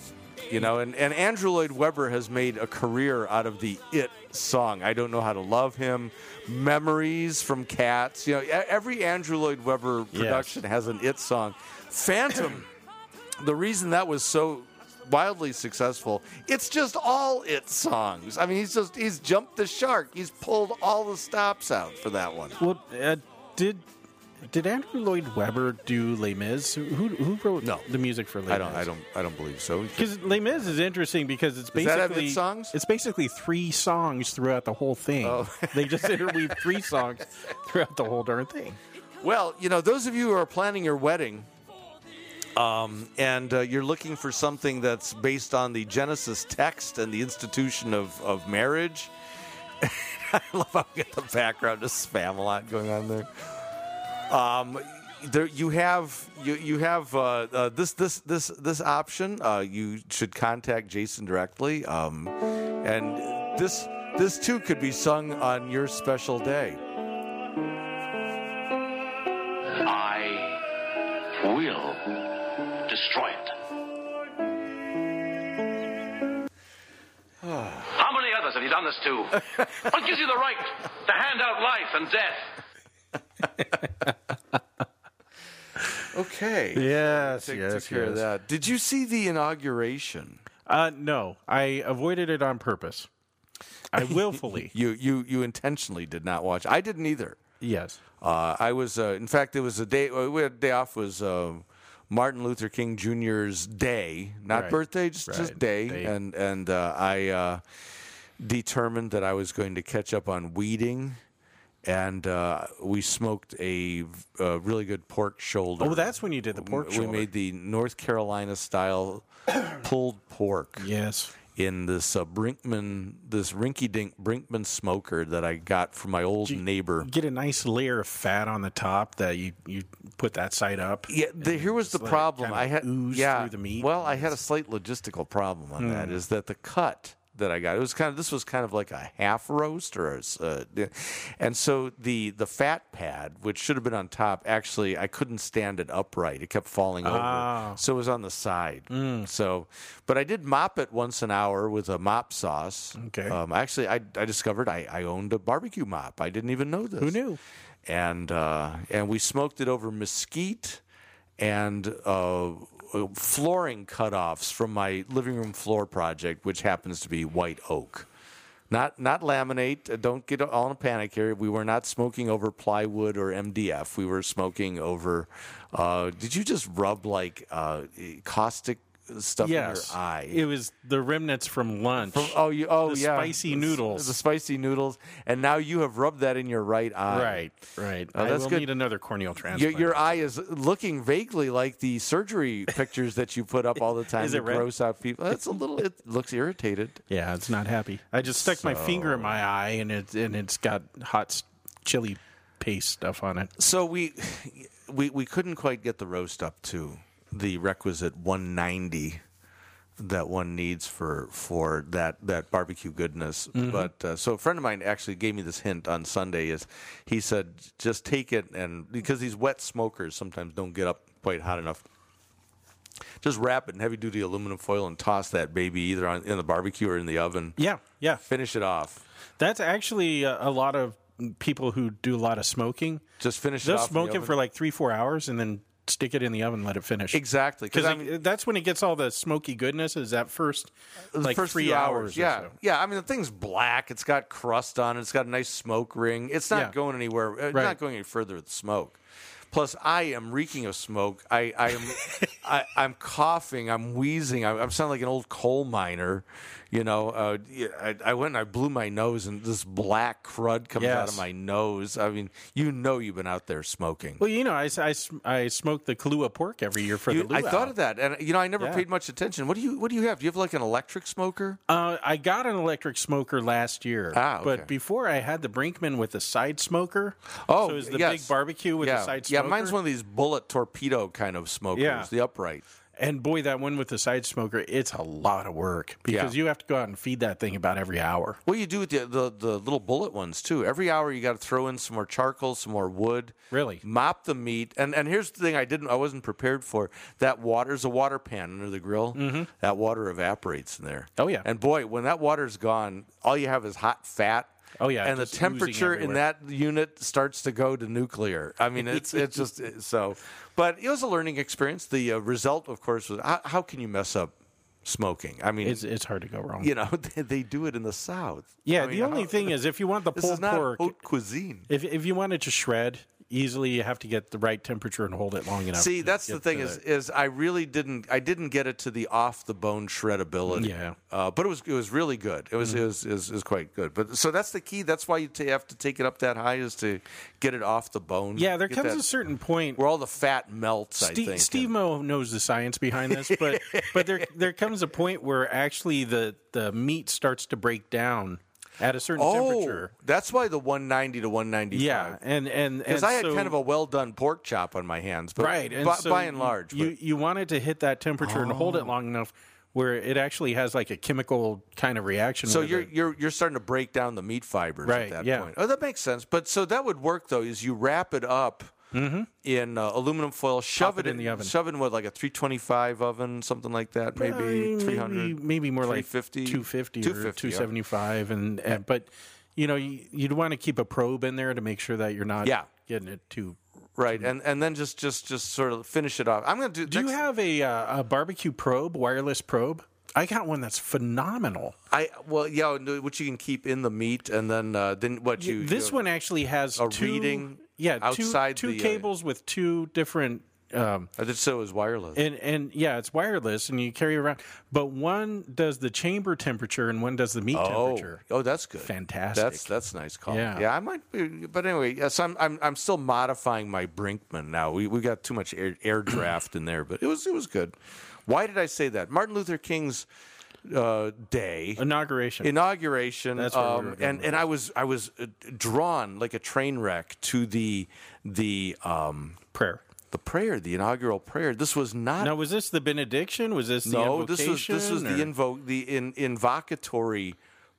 [SPEAKER 3] You know, and, and Andrew Lloyd Webber has made a career out of the it song. I don't know how to love him. Memories from Cats. You know, e- every Andrew Lloyd Webber production has an it song. Phantom. the reason that was so wildly successful, it's just all it songs. I mean, he's just he's jumped the shark. He's pulled all the stops out for that one.
[SPEAKER 2] well, uh, did did Andrew Lloyd Webber do Les Mis? Who who wrote
[SPEAKER 3] No.
[SPEAKER 2] the music for Les
[SPEAKER 3] I don't
[SPEAKER 2] Mis?
[SPEAKER 3] I don't I don't believe so.
[SPEAKER 2] Because Les Mis is interesting because it's
[SPEAKER 3] Does
[SPEAKER 2] basically
[SPEAKER 3] that have hit songs? Oh.
[SPEAKER 2] It's basically three songs throughout the whole thing. they just interweave three songs throughout the whole darn thing.
[SPEAKER 3] Well, you know, those of you who are planning your wedding um, and uh, you're looking for something that's based on the Genesis text and the institution of, of marriage, I love how we got the background to spam a lot going on there. Um, there you have you you have uh, uh, this this this this option. Uh, you should contact Jason directly, um, and this this too could be sung on your special day.
[SPEAKER 1] I will destroy it. How many others have you done this to? What gives you the right to hand out life and death?
[SPEAKER 3] Okay.
[SPEAKER 2] Yes,
[SPEAKER 3] Take- took care of that. Did you see the inauguration?
[SPEAKER 2] Uh, no, I avoided it on purpose. I willfully.
[SPEAKER 3] You you you intentionally did not watch. I didn't either.
[SPEAKER 2] yes.
[SPEAKER 3] Uh, I was uh, in fact it was a day. uh, We had a day off was uh, Martin Luther King Jr.'s day, not
[SPEAKER 2] Right.
[SPEAKER 3] birthday, just just
[SPEAKER 2] Right.
[SPEAKER 3] day.
[SPEAKER 2] Day.
[SPEAKER 3] And and uh, I uh, determined that I was going to catch up on weeding. And uh, we smoked a, uh really good pork shoulder.
[SPEAKER 2] Oh, that's when you did the pork
[SPEAKER 3] we
[SPEAKER 2] shoulder.
[SPEAKER 3] made the North Carolina style pulled pork.
[SPEAKER 2] Yes.
[SPEAKER 3] in this uh, Brinkman, this rinky-dink Brinkman smoker that I got from my old neighbor.
[SPEAKER 2] Get a nice layer of fat on the top that you, you put that side up.
[SPEAKER 3] Yeah, the, here was the
[SPEAKER 2] let it
[SPEAKER 3] problem.
[SPEAKER 2] kinda
[SPEAKER 3] I had
[SPEAKER 2] ooze
[SPEAKER 3] yeah.
[SPEAKER 2] through the meat. Mm.
[SPEAKER 3] Well, I had a slight logistical problem on that. Is that the cut that I got? It was kind of this was kind of like a half roast or, a s- uh, and so the the fat pad, which should have been on top, actually I couldn't stand it upright. It kept falling
[SPEAKER 2] Ah.
[SPEAKER 3] over, so it was on the side.
[SPEAKER 2] Mm.
[SPEAKER 3] So, but I did mop it once an hour with a mop sauce.
[SPEAKER 2] Okay.
[SPEAKER 3] Um, actually, I I discovered I, I owned a barbecue mop. I didn't even know this.
[SPEAKER 2] Who knew?
[SPEAKER 3] And uh, and we smoked it over mesquite and uh, flooring cutoffs from my living room floor project, which happens to be white oak. Not not laminate. Uh, Don't get all in a panic here. We were not smoking over plywood or MDF. We were smoking over. Uh, did you just rub like uh, caustic stuff
[SPEAKER 2] Yes.
[SPEAKER 3] in your eye?
[SPEAKER 2] It was the remnants from lunch.
[SPEAKER 3] From- oh, you. Oh,
[SPEAKER 2] The
[SPEAKER 3] yeah.
[SPEAKER 2] spicy
[SPEAKER 3] The s-
[SPEAKER 2] noodles.
[SPEAKER 3] The spicy noodles, and now you have rubbed that in your right eye.
[SPEAKER 2] Right, right.
[SPEAKER 3] Oh,
[SPEAKER 2] I
[SPEAKER 3] that's
[SPEAKER 2] will
[SPEAKER 3] good.
[SPEAKER 2] need another corneal
[SPEAKER 3] Your,
[SPEAKER 2] transplant.
[SPEAKER 3] your eye is looking vaguely like the surgery pictures that you put up all the time
[SPEAKER 2] Is
[SPEAKER 3] to
[SPEAKER 2] it red?
[SPEAKER 3] gross out people. It's a little. It looks irritated.
[SPEAKER 2] yeah, it's not happy. I just stuck my finger in my eye, and it and it's got hot s- chili paste stuff on it.
[SPEAKER 3] So we, we we couldn't quite get the roast up to the requisite 190 that one needs for for that that barbecue goodness.
[SPEAKER 2] Mm-hmm.
[SPEAKER 3] But uh, so a friend of mine actually gave me this hint on Sunday. Is he said just take it and because these wet smokers sometimes don't get up quite hot enough. Just wrap it in heavy duty aluminum foil and toss that baby either on, in the barbecue or in the oven.
[SPEAKER 2] Yeah, yeah.
[SPEAKER 3] Finish it off.
[SPEAKER 2] That's actually a, a lot of people who do a lot of smoking.
[SPEAKER 3] Just finish it
[SPEAKER 2] They'll
[SPEAKER 3] off. in the
[SPEAKER 2] smoke it
[SPEAKER 3] oven.
[SPEAKER 2] for like three, four hours, and then stick it in the oven, and let it finish.
[SPEAKER 3] exactly
[SPEAKER 2] Because
[SPEAKER 3] I mean-
[SPEAKER 2] that's when it gets all the smoky goodness. Is that first
[SPEAKER 3] the
[SPEAKER 2] like
[SPEAKER 3] first
[SPEAKER 2] three
[SPEAKER 3] few
[SPEAKER 2] hours? or
[SPEAKER 3] Yeah,
[SPEAKER 2] so.
[SPEAKER 3] yeah. I mean, the thing's black. It's got crust on it. It's got a nice smoke ring. It's not
[SPEAKER 2] Yeah.
[SPEAKER 3] going anywhere. It's
[SPEAKER 2] Right.
[SPEAKER 3] not going any further with smoke. Plus, I am reeking of smoke. I, I am, I, I'm coughing. I'm wheezing. I'm, I'm sounding like an old coal miner. You know, uh, yeah, I, I went and I blew my nose, and this black crud comes out of
[SPEAKER 2] Yes.
[SPEAKER 3] my nose. I mean, you know, you've been out there smoking.
[SPEAKER 2] Well, you know, I, s- I s- I smoke the Kahlua pork every year for
[SPEAKER 3] You-
[SPEAKER 2] the luau.
[SPEAKER 3] I thought of that, and you know, I never
[SPEAKER 2] Yeah.
[SPEAKER 3] paid much attention. What do you What do you have? Do you have like an electric smoker?
[SPEAKER 2] Uh, I got an electric smoker last year,
[SPEAKER 3] Ah, okay.
[SPEAKER 2] but before I had the Brinkman with a side smoker.
[SPEAKER 3] Oh,
[SPEAKER 2] so it was the
[SPEAKER 3] yes.
[SPEAKER 2] big barbecue with
[SPEAKER 3] yeah.
[SPEAKER 2] the side
[SPEAKER 3] Yeah,
[SPEAKER 2] smoker.
[SPEAKER 3] mine's one of these bullet torpedo kind of smokers,
[SPEAKER 2] Yeah.
[SPEAKER 3] the upright.
[SPEAKER 2] And boy, that one with the side smoker, it's a lot of work because
[SPEAKER 3] Yeah.
[SPEAKER 2] you have to go out and feed that thing about every hour.
[SPEAKER 3] What you do with the, the the little bullet ones too? Every hour you got to throw in some more charcoal, some more wood.
[SPEAKER 2] Really?
[SPEAKER 3] mop the meat. And and here's the thing: I didn't, I wasn't prepared for that. Water's a water pan under the grill. That water evaporates in there.
[SPEAKER 2] Mm-hmm. Oh, yeah.
[SPEAKER 3] And boy, when that water's gone, all you have is hot fat.
[SPEAKER 2] Oh, yeah,
[SPEAKER 3] and the
[SPEAKER 2] just oozing
[SPEAKER 3] temperature in
[SPEAKER 2] everywhere.
[SPEAKER 3] that unit starts to go to nuclear. I mean, it's it's just it's so. But it was a learning experience. The uh, result, of course, was how, how can you mess up smoking? I mean,
[SPEAKER 2] It's, it's hard to go wrong.
[SPEAKER 3] you know they, they do it in the south
[SPEAKER 2] yeah,
[SPEAKER 3] I mean,
[SPEAKER 2] the only
[SPEAKER 3] how-
[SPEAKER 2] thing is if you want the
[SPEAKER 3] this is
[SPEAKER 2] pulled
[SPEAKER 3] not
[SPEAKER 2] pork,
[SPEAKER 3] haute cuisine
[SPEAKER 2] if, if you want it to shred easily, you have to get the right temperature and hold it long enough.
[SPEAKER 3] see
[SPEAKER 2] to
[SPEAKER 3] that's the
[SPEAKER 2] get
[SPEAKER 3] thing
[SPEAKER 2] to
[SPEAKER 3] is is i really didn't i didn't get it to the off the bone shredability
[SPEAKER 2] Yeah. Mm-hmm.
[SPEAKER 3] uh, but it was it was really good it was, it, was, it was it was quite good but so that's the key that's why you ta have to take it up that high is to get it off the bone
[SPEAKER 2] yeah, there
[SPEAKER 3] Get
[SPEAKER 2] comes
[SPEAKER 3] that-
[SPEAKER 2] a certain point
[SPEAKER 3] where all the fat melts i
[SPEAKER 2] Steve,
[SPEAKER 3] think
[SPEAKER 2] Steve
[SPEAKER 3] and-
[SPEAKER 2] Mo knows the science behind this, but but there there comes a point where actually the the meat starts to break down at a certain
[SPEAKER 3] oh
[SPEAKER 2] temperature.
[SPEAKER 3] that's why the 190 to 195
[SPEAKER 2] Yeah, and and
[SPEAKER 3] because
[SPEAKER 2] and
[SPEAKER 3] I had
[SPEAKER 2] so-
[SPEAKER 3] kind of a well done pork chop on my hands, but
[SPEAKER 2] right, and
[SPEAKER 3] by,
[SPEAKER 2] so
[SPEAKER 3] by and large,
[SPEAKER 2] you
[SPEAKER 3] but- Oh.
[SPEAKER 2] you wanted to hit that temperature and hold it long enough where it actually has like a chemical kind of reaction.
[SPEAKER 3] So
[SPEAKER 2] with
[SPEAKER 3] you're
[SPEAKER 2] it.
[SPEAKER 3] you're you're starting to break down the meat fibers at
[SPEAKER 2] Right,
[SPEAKER 3] that
[SPEAKER 2] yeah.
[SPEAKER 3] point. Oh, that makes sense. But so that would work though. Is you wrap it up in uh, aluminum foil, shove
[SPEAKER 2] Mm-hmm. it in the oven.
[SPEAKER 3] shove it in what like a 325 oven, something like that,
[SPEAKER 2] Uh,
[SPEAKER 3] maybe 300,
[SPEAKER 2] maybe, maybe more like
[SPEAKER 3] 350?
[SPEAKER 2] 250 or
[SPEAKER 3] 250, yeah.
[SPEAKER 2] 275 and, and but you know you, you'd want to keep a probe in there to make sure that you're not
[SPEAKER 3] Yeah.
[SPEAKER 2] getting it too
[SPEAKER 3] right? And and then just just just sort of finish it off. I'm gonna do.
[SPEAKER 2] Do you
[SPEAKER 3] next-
[SPEAKER 2] have a, uh, a barbecue probe, wireless probe? I got one that's phenomenal.
[SPEAKER 3] I well yeah, no, which you can keep in the meat, and then uh, then what you
[SPEAKER 2] this
[SPEAKER 3] you-
[SPEAKER 2] one actually has
[SPEAKER 3] a
[SPEAKER 2] two,
[SPEAKER 3] reading
[SPEAKER 2] yeah,
[SPEAKER 3] outside
[SPEAKER 2] two, two
[SPEAKER 3] the, uh,
[SPEAKER 2] cables with two different, um,
[SPEAKER 3] I did so is wireless.
[SPEAKER 2] and and yeah, it's wireless and you carry it around. But one does the chamber temperature and one does the meat
[SPEAKER 3] Oh,
[SPEAKER 2] temperature.
[SPEAKER 3] oh, that's good.
[SPEAKER 2] Fantastic.
[SPEAKER 3] That's that's nice call. Yeah,
[SPEAKER 2] Yeah.
[SPEAKER 3] I might. Be, but anyway, yes, I'm I'm I'm still modifying my Brinkman now. We we got too much air, air draft in there, but it was it was good. Why did I say that? Martin Luther King's uh, day
[SPEAKER 2] Inauguration.
[SPEAKER 3] inauguration
[SPEAKER 2] That's where we were
[SPEAKER 3] um,
[SPEAKER 2] going
[SPEAKER 3] and and I was I was uh, drawn like a train wreck to the the um
[SPEAKER 2] prayer.
[SPEAKER 3] the prayer the inaugural prayer this was not
[SPEAKER 2] Now, was this the benediction? Was this the
[SPEAKER 3] no, this was this was
[SPEAKER 2] invocation,
[SPEAKER 3] the
[SPEAKER 2] or-
[SPEAKER 3] invoke the in, invocatory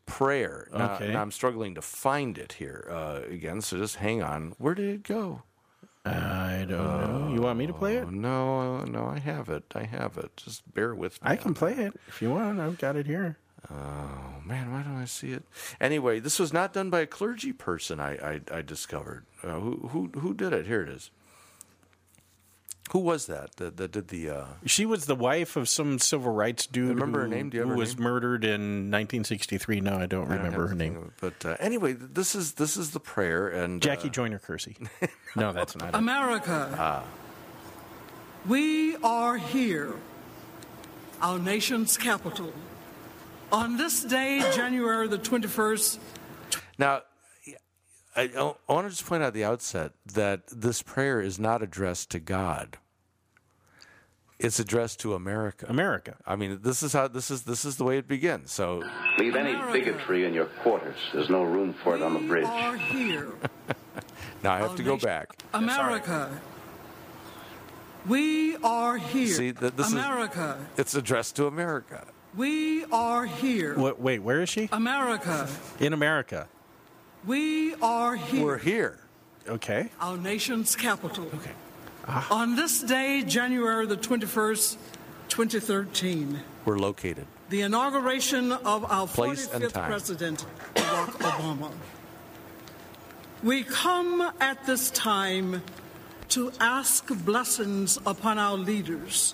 [SPEAKER 3] prayer. Now,
[SPEAKER 2] Okay.
[SPEAKER 3] now I'm struggling to find it here uh, again, so just hang on. Where did it go?
[SPEAKER 2] I don't know. You want me to play it?
[SPEAKER 3] Oh, no, uh, no, I have it. I have it. Just bear with me.
[SPEAKER 2] I can play it if you want. I've got it here.
[SPEAKER 3] Oh man, why don't I see it? Anyway, this was not done by a clergy person. I I, I discovered uh, who who who did it. Here it is. Who was that that, that did the? Uh,
[SPEAKER 2] She was the wife of some civil rights dude.
[SPEAKER 3] remember her
[SPEAKER 2] who-
[SPEAKER 3] name. Do you have
[SPEAKER 2] who
[SPEAKER 3] her
[SPEAKER 2] was
[SPEAKER 3] name?
[SPEAKER 2] murdered in 1963? No, I don't remember her name.
[SPEAKER 3] But uh, anyway, th- this is this is the prayer and uh,
[SPEAKER 2] Jackie Joyner Kersey. No, that's not. it.
[SPEAKER 7] America,
[SPEAKER 3] Ah.
[SPEAKER 7] we are here, our nation's capital, on this day, January the 21st,
[SPEAKER 3] Now, I, I want to just point out at the outset that this prayer is not addressed to God. It's addressed to America.
[SPEAKER 2] America.
[SPEAKER 3] I mean, this is how this is this is the way it begins. So,
[SPEAKER 9] Leave any bigotry in your quarters. There's no room for it on the
[SPEAKER 7] we
[SPEAKER 9] bridge.
[SPEAKER 7] are here.
[SPEAKER 3] now I have to go back.
[SPEAKER 7] America, we are here.
[SPEAKER 3] See, th- this is-
[SPEAKER 7] America,
[SPEAKER 3] It's addressed to America.
[SPEAKER 7] we are here.
[SPEAKER 2] What, wait, where is she?
[SPEAKER 7] America,
[SPEAKER 2] In America.
[SPEAKER 7] we are here.
[SPEAKER 3] We're here.
[SPEAKER 2] Okay.
[SPEAKER 7] our nation's capital. Okay. On this day, January the 21st, 2013,
[SPEAKER 3] We're located.
[SPEAKER 7] the inauguration of our
[SPEAKER 3] Place and
[SPEAKER 7] 45th
[SPEAKER 3] time.
[SPEAKER 7] president, Barack Obama. We come at this time to ask blessings upon our leaders,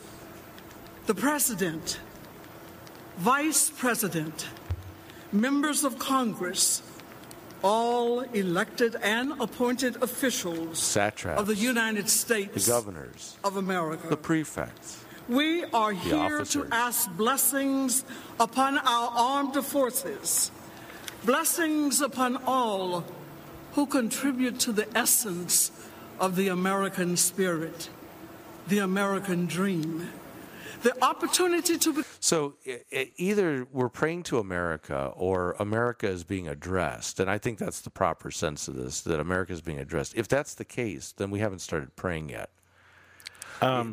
[SPEAKER 7] the president, vice president, members of Congress, all elected and appointed officials
[SPEAKER 3] Satraps.
[SPEAKER 7] of the United States
[SPEAKER 3] The governors,
[SPEAKER 7] of America.
[SPEAKER 3] the prefects,
[SPEAKER 7] We are here to
[SPEAKER 3] officers.
[SPEAKER 7] ask blessings upon our armed forces, blessings upon all who contribute to the essence of the American spirit, the American dream, the opportunity to be.
[SPEAKER 3] So e- e- either we're praying to America or America is being addressed. And I think that's the proper sense of this that America is being addressed. If that's the case, then we haven't started praying yet.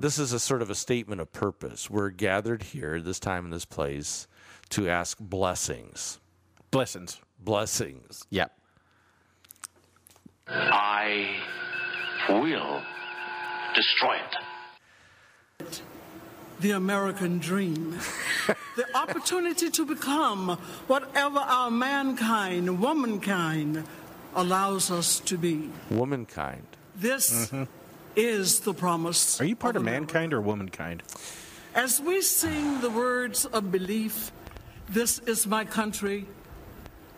[SPEAKER 3] this is a sort of a statement of purpose. We're gathered here, this time in this place, to ask blessings.
[SPEAKER 2] Blessings.
[SPEAKER 3] Blessings.
[SPEAKER 2] Yeah.
[SPEAKER 9] I will destroy it.
[SPEAKER 7] the American dream, the opportunity to become whatever our mankind, womankind allows us to be.
[SPEAKER 3] Womankind.
[SPEAKER 7] This is the promise.
[SPEAKER 2] Mm-hmm. Are you part of
[SPEAKER 7] America.
[SPEAKER 2] mankind or womankind?
[SPEAKER 7] As we sing the words of belief, This is my country,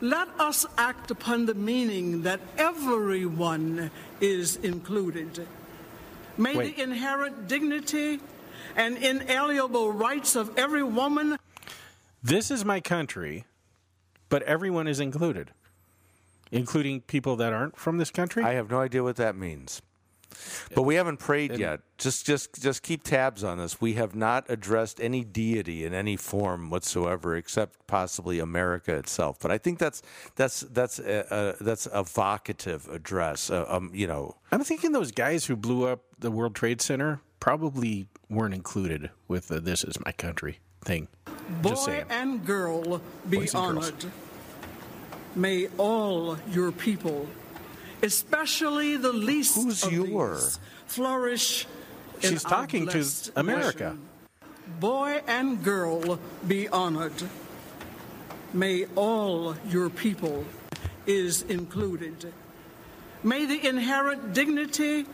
[SPEAKER 7] let us act upon the meaning that everyone is included. May
[SPEAKER 2] Wait.
[SPEAKER 7] the inherent dignity and inalienable rights of every woman
[SPEAKER 2] This is my country, but everyone is included, including people that aren't from this country.
[SPEAKER 3] I have no idea what that means. But we haven't prayed yet. Just just just keep tabs on this. We have not addressed any deity in any form whatsoever except possibly America itself. But I think that's that's that's a, a, that's evocative address. Uh, um, you know,
[SPEAKER 2] I'm thinking those guys who blew up the World Trade Center probably weren't included with the "This is my country" thing. Just
[SPEAKER 7] boy
[SPEAKER 2] saying.
[SPEAKER 7] and girl be
[SPEAKER 2] Boys and girls.
[SPEAKER 7] honored. May all your people, especially the least
[SPEAKER 3] Who's
[SPEAKER 7] of
[SPEAKER 3] your?
[SPEAKER 7] these, flourish. in
[SPEAKER 2] She's
[SPEAKER 7] our
[SPEAKER 2] talking to
[SPEAKER 7] blessed
[SPEAKER 2] America.
[SPEAKER 7] nation. Boy and girl be honored. May all your people is included. May the inherent dignity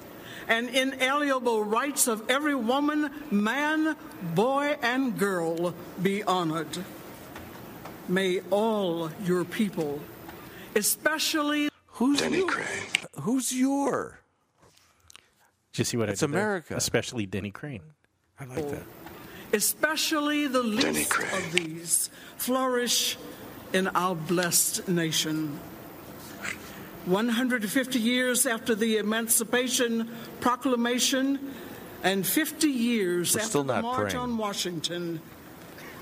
[SPEAKER 7] and inalienable rights of every woman, man, boy, and girl be honored. May all your people, especially
[SPEAKER 3] who's
[SPEAKER 6] Denny
[SPEAKER 3] you-
[SPEAKER 6] Crane.
[SPEAKER 3] who's your?
[SPEAKER 2] Did you see what
[SPEAKER 3] It's
[SPEAKER 2] I did there?
[SPEAKER 3] America.
[SPEAKER 2] especially Denny Crane.
[SPEAKER 3] I like that.
[SPEAKER 7] especially the
[SPEAKER 6] Denny
[SPEAKER 7] least
[SPEAKER 6] Craig.
[SPEAKER 7] of these, flourish in our blessed nation. 150 years after the Emancipation Proclamation and 50 years
[SPEAKER 3] We're
[SPEAKER 7] after
[SPEAKER 3] still
[SPEAKER 7] the
[SPEAKER 3] not
[SPEAKER 7] March
[SPEAKER 3] praying.
[SPEAKER 7] on Washington,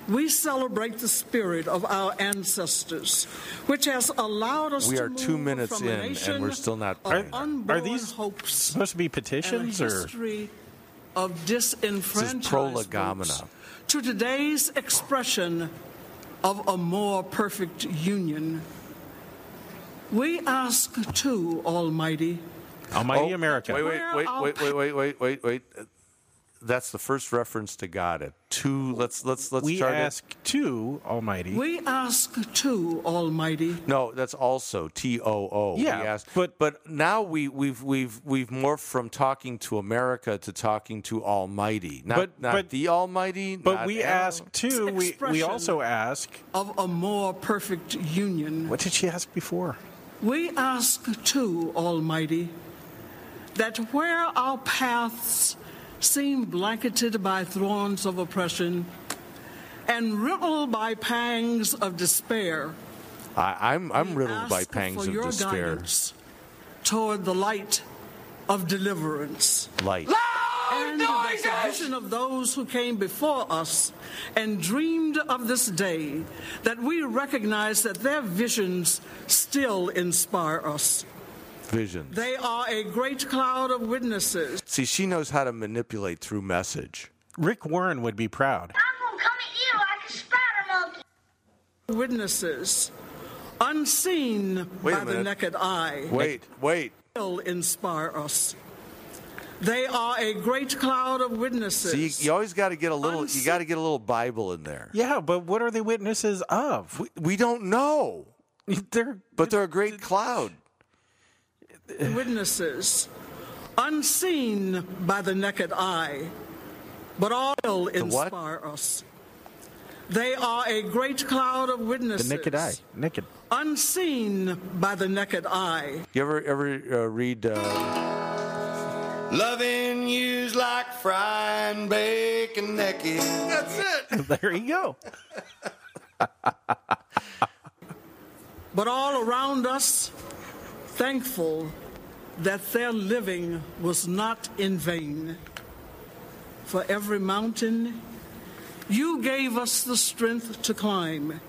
[SPEAKER 7] we celebrate the spirit of our ancestors, which has allowed us
[SPEAKER 3] We
[SPEAKER 7] to
[SPEAKER 3] are
[SPEAKER 7] move
[SPEAKER 3] two minutes
[SPEAKER 7] from a
[SPEAKER 3] in, and
[SPEAKER 7] nation
[SPEAKER 3] we're still not
[SPEAKER 7] of
[SPEAKER 3] praying. Are- are
[SPEAKER 7] unborn
[SPEAKER 2] these
[SPEAKER 7] hopes
[SPEAKER 2] Supposed to be
[SPEAKER 7] and
[SPEAKER 2] petitions
[SPEAKER 7] a
[SPEAKER 2] or
[SPEAKER 7] history of disenfranchised
[SPEAKER 3] prolegomena.
[SPEAKER 7] groups to today's expression of a more perfect union. We ask too, Almighty,
[SPEAKER 2] Almighty
[SPEAKER 3] Oh,
[SPEAKER 2] America?
[SPEAKER 3] Wait, wait,
[SPEAKER 7] Where
[SPEAKER 3] wait,
[SPEAKER 7] are-
[SPEAKER 3] wait, wait, wait, wait, wait, wait. that's the first reference to God at two. Let's let's let's
[SPEAKER 2] we
[SPEAKER 3] chart
[SPEAKER 2] ask to Almighty.
[SPEAKER 7] We ask to Almighty.
[SPEAKER 3] it. No, that's also T O O.
[SPEAKER 7] Yeah,
[SPEAKER 3] but but now we we've we've we've morphed from talking to America to talking to Almighty. Not
[SPEAKER 2] But-
[SPEAKER 3] not
[SPEAKER 2] but-
[SPEAKER 3] the Almighty.
[SPEAKER 2] but
[SPEAKER 3] not
[SPEAKER 2] we
[SPEAKER 3] El-
[SPEAKER 2] ask too. We we
[SPEAKER 7] Expression
[SPEAKER 2] also ask.
[SPEAKER 7] Of a more perfect union.
[SPEAKER 2] What did she ask before?
[SPEAKER 7] We ask too, Almighty, that where our paths seem blanketed by thorns of oppression and riddled by pangs of despair,
[SPEAKER 3] I, I'm I'm riddled by
[SPEAKER 7] ask
[SPEAKER 3] pangs
[SPEAKER 7] for
[SPEAKER 3] of
[SPEAKER 7] your
[SPEAKER 3] despair.
[SPEAKER 7] guidance toward the light of deliverance.
[SPEAKER 3] Light.
[SPEAKER 7] And the salvation of those who came before us and dreamed of this day, that we recognize that their visions still inspire us.
[SPEAKER 3] Vision.
[SPEAKER 7] They are a great cloud of witnesses.
[SPEAKER 3] See, she knows how to manipulate through message.
[SPEAKER 2] Rick Warren would be proud.
[SPEAKER 7] Witnesses unseen
[SPEAKER 3] Wait a
[SPEAKER 7] by the
[SPEAKER 3] minute.
[SPEAKER 7] naked eye.
[SPEAKER 3] Wait, wait.
[SPEAKER 7] Still inspire us. They are a great cloud of witnesses.
[SPEAKER 3] See, you, you always got to get a little. You got to get a little Bible in there.
[SPEAKER 2] Yeah, but what are they witnesses of?
[SPEAKER 3] We don't know,
[SPEAKER 2] They're
[SPEAKER 3] but they're a great cloud.
[SPEAKER 7] witnesses, unseen by the naked eye, but all
[SPEAKER 3] what?
[SPEAKER 7] inspire us. They are a great cloud of
[SPEAKER 2] the
[SPEAKER 7] witnesses,
[SPEAKER 2] naked eye, naked.
[SPEAKER 7] unseen by the naked eye.
[SPEAKER 3] You ever ever uh, read? Uh,
[SPEAKER 6] Loving you's like frying bacon naked. That's it.
[SPEAKER 2] There you go.
[SPEAKER 7] But all around us, thankful that their living was not in vain. For every mountain, you gave us the strength to climb.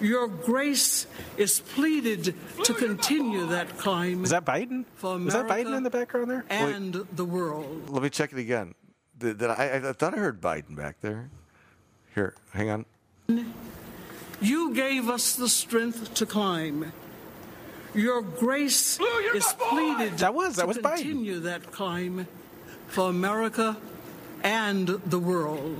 [SPEAKER 7] Your grace is pleaded to continue that climb
[SPEAKER 2] Is that Biden?
[SPEAKER 7] for
[SPEAKER 2] Is that
[SPEAKER 7] America
[SPEAKER 2] Biden in the background there?
[SPEAKER 7] and the world.
[SPEAKER 3] let me check it again. Did, did I, I, I thought I heard Biden back there. Here, hang on.
[SPEAKER 7] You gave us the strength to climb. Your grace is pleaded
[SPEAKER 2] That was- that
[SPEAKER 7] to
[SPEAKER 2] was Biden.
[SPEAKER 7] continue that climb for America and the world.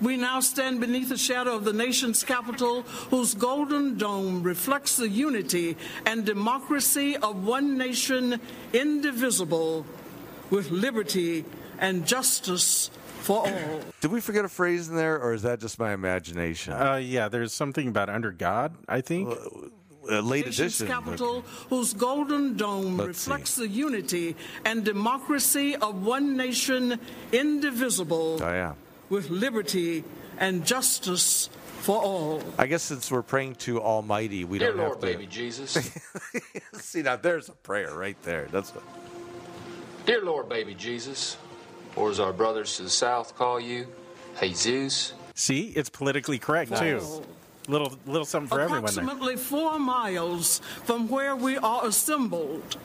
[SPEAKER 7] We now stand beneath the shadow of the nation's capital, whose golden dome reflects the unity and democracy of one nation, indivisible, with liberty and justice for all.
[SPEAKER 3] Did we forget a phrase in there, or is that just my imagination?
[SPEAKER 2] Uh, yeah, there's something about under God. I think.
[SPEAKER 3] Uh, late
[SPEAKER 7] nation's
[SPEAKER 3] edition.
[SPEAKER 7] capital, whose golden dome
[SPEAKER 3] Let's
[SPEAKER 7] reflects the unity and democracy of one nation, indivisible,
[SPEAKER 3] Oh yeah.
[SPEAKER 7] with liberty and justice for all.
[SPEAKER 3] I guess since we're praying to Almighty, we don't have to.
[SPEAKER 10] Jesus.
[SPEAKER 3] See now, there's a prayer right there. That's what.
[SPEAKER 10] Dear Lord, baby Jesus, or as our brothers to the south call you, Jesus.
[SPEAKER 2] See, it's politically correct too. Little little something for everyone there.
[SPEAKER 7] Approximately four miles from where we are assembled,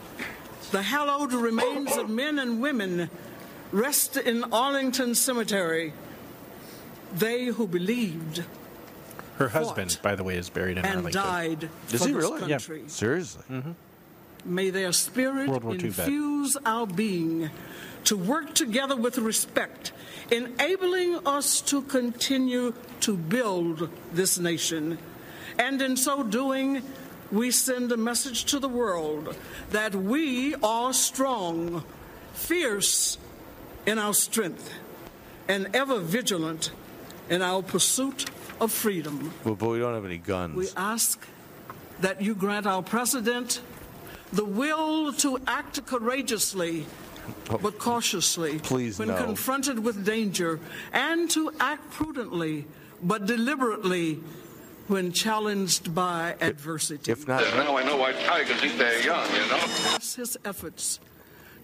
[SPEAKER 7] the hallowed remains of men and women rest in Arlington Cemetery. They who believed
[SPEAKER 2] Her husband, by the way, is buried in
[SPEAKER 7] and
[SPEAKER 2] Arlington.
[SPEAKER 7] died
[SPEAKER 3] Is
[SPEAKER 7] for
[SPEAKER 3] he
[SPEAKER 7] this
[SPEAKER 3] really?
[SPEAKER 7] country. Mm.
[SPEAKER 3] Seriously.
[SPEAKER 7] May their spirit
[SPEAKER 2] World War II vet.
[SPEAKER 7] infuse our being to work together with respect, enabling us to continue to build this nation. And in so doing, we send a message to the world that we are strong, fierce in our strength, and ever vigilant in our pursuit of freedom.
[SPEAKER 3] Well, but we don't have any guns.
[SPEAKER 7] We ask that you grant our president the will to act courageously but cautiously
[SPEAKER 3] Oh, Please,
[SPEAKER 7] when
[SPEAKER 3] no.
[SPEAKER 7] confronted with danger and to act prudently but deliberately when challenged by adversity.
[SPEAKER 3] if not,
[SPEAKER 6] Now I know why tigers eat their young, you know.
[SPEAKER 7] Bless his efforts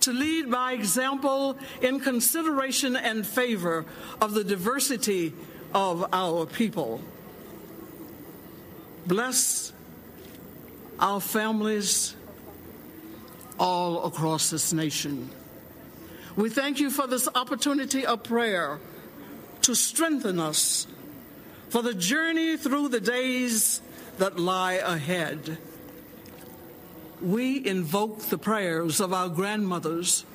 [SPEAKER 7] to lead by example in consideration and favor of the diversity of our people. Bless our families all across this nation. We thank you for this opportunity of prayer to strengthen us for the journey through the days that lie ahead. We invoke the prayers of our grandmothers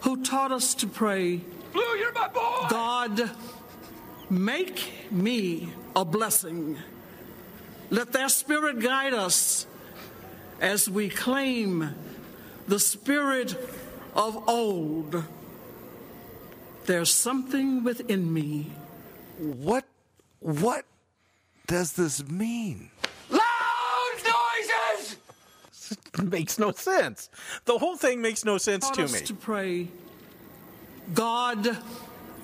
[SPEAKER 7] who taught us to pray
[SPEAKER 6] Blue, you're my boy.
[SPEAKER 7] God, make me a blessing. Let their spirit guide us as we claim the spirit of old. There's something within me.
[SPEAKER 3] What? What does this mean?
[SPEAKER 6] Loud noises.
[SPEAKER 2] makes no sense. The whole thing makes no sense
[SPEAKER 7] Taught
[SPEAKER 2] to
[SPEAKER 7] us
[SPEAKER 2] me.
[SPEAKER 7] to pray, God,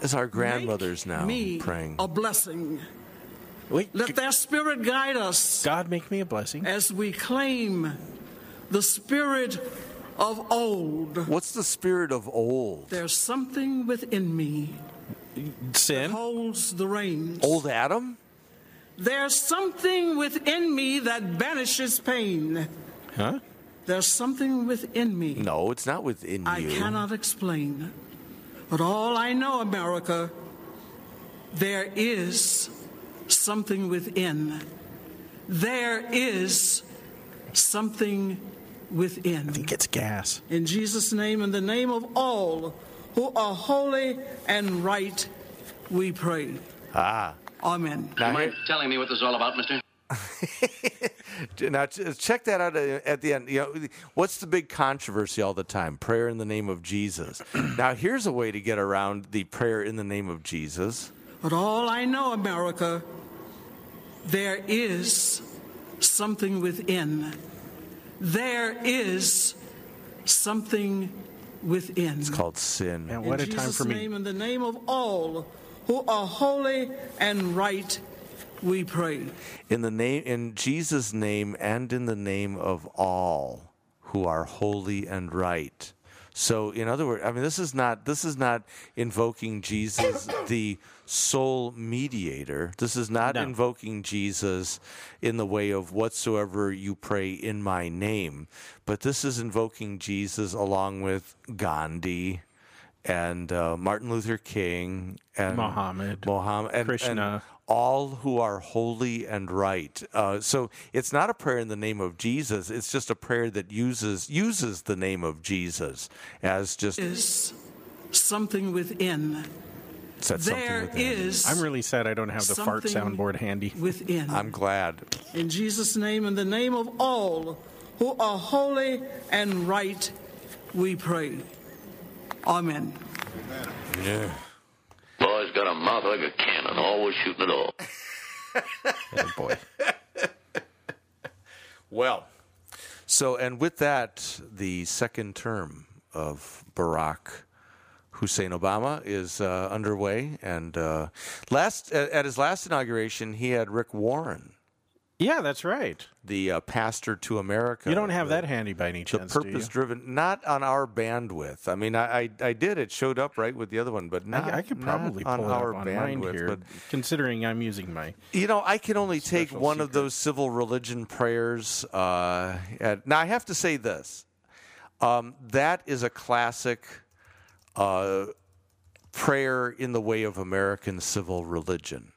[SPEAKER 3] As our grandmothers now
[SPEAKER 7] me
[SPEAKER 3] praying.
[SPEAKER 7] a blessing.
[SPEAKER 2] Wait,
[SPEAKER 7] Let their spirit guide us
[SPEAKER 2] God make me a blessing.
[SPEAKER 7] as we claim the spirit of old.
[SPEAKER 3] What's the spirit of old?
[SPEAKER 7] There's something within me
[SPEAKER 2] Sin?
[SPEAKER 7] holds the reins.
[SPEAKER 3] Old Adam?
[SPEAKER 7] There's something within me that banishes pain.
[SPEAKER 2] Huh?
[SPEAKER 7] There's something within me
[SPEAKER 3] No, it's not within
[SPEAKER 7] I
[SPEAKER 3] you.
[SPEAKER 7] cannot explain. But all I know, America, there is something within. There is something within.
[SPEAKER 2] Gets gas.
[SPEAKER 7] In Jesus' name, in the name of all who are holy and right, we pray.
[SPEAKER 3] Ah.
[SPEAKER 7] Amen.
[SPEAKER 3] Now, here-
[SPEAKER 10] telling me what this is all about, mister?
[SPEAKER 3] now ch- check that out uh, at the end. You know, what's the big controversy all the time? Prayer in the name of Jesus. now here's a way to get around the prayer in the name of Jesus.
[SPEAKER 7] But all I know, America, there is something within. There is something within.
[SPEAKER 3] It's called sin.
[SPEAKER 2] Man, what
[SPEAKER 7] in
[SPEAKER 2] a time
[SPEAKER 7] Jesus'
[SPEAKER 2] for me.
[SPEAKER 7] name, in the name of all who are holy and right, we pray.
[SPEAKER 3] In the name in Jesus' name and in the name of all who are holy and right. So in other words, I mean this is not this is not invoking Jesus the sole mediator. This is not
[SPEAKER 2] No.
[SPEAKER 3] invoking Jesus in the way of whatsoever you pray in my name, but this is invoking Jesus along with Gandhi and uh, Martin Luther King and
[SPEAKER 2] Muhammad.
[SPEAKER 3] Mohammed and, and
[SPEAKER 2] Krishna.
[SPEAKER 3] all who are holy and right. Uh, so it's not a prayer in the name of Jesus. It's just a prayer that uses uses the name of Jesus as just
[SPEAKER 7] Is something within.
[SPEAKER 3] said something
[SPEAKER 7] There
[SPEAKER 3] within.
[SPEAKER 7] is
[SPEAKER 2] I'm really sad I don't have the fart
[SPEAKER 7] Something-
[SPEAKER 2] soundboard handy.
[SPEAKER 7] within.
[SPEAKER 3] I'm glad.
[SPEAKER 7] In Jesus' name, in the name of all who are holy and right, we pray. Amen.
[SPEAKER 3] Yeah.
[SPEAKER 9] Boy's got a mouth like a cannon, always shooting it off.
[SPEAKER 2] boy.
[SPEAKER 3] Well, so and with that, the second term of Barack Hussein Obama is uh, underway. And uh, last at, at his last inauguration, he had Rick Warren,
[SPEAKER 2] Yeah, that's right.
[SPEAKER 3] the uh, pastor to America.
[SPEAKER 2] You don't have
[SPEAKER 3] the-
[SPEAKER 2] that handy by any
[SPEAKER 3] the
[SPEAKER 2] chance, do you?
[SPEAKER 3] purpose driven not on our bandwidth i mean I, I i did it showed up right with the other one but not,
[SPEAKER 2] I, I could
[SPEAKER 3] not
[SPEAKER 2] probably pull
[SPEAKER 3] on
[SPEAKER 2] it
[SPEAKER 3] our
[SPEAKER 2] up on
[SPEAKER 3] bandwidth
[SPEAKER 2] mine here,
[SPEAKER 3] but
[SPEAKER 2] considering I'm using my.
[SPEAKER 3] you know i can only take
[SPEAKER 2] Special
[SPEAKER 3] one of
[SPEAKER 2] secret.
[SPEAKER 3] those civil religion prayers uh and- now i have to say this um that is a classic uh prayer in the way of american civil religion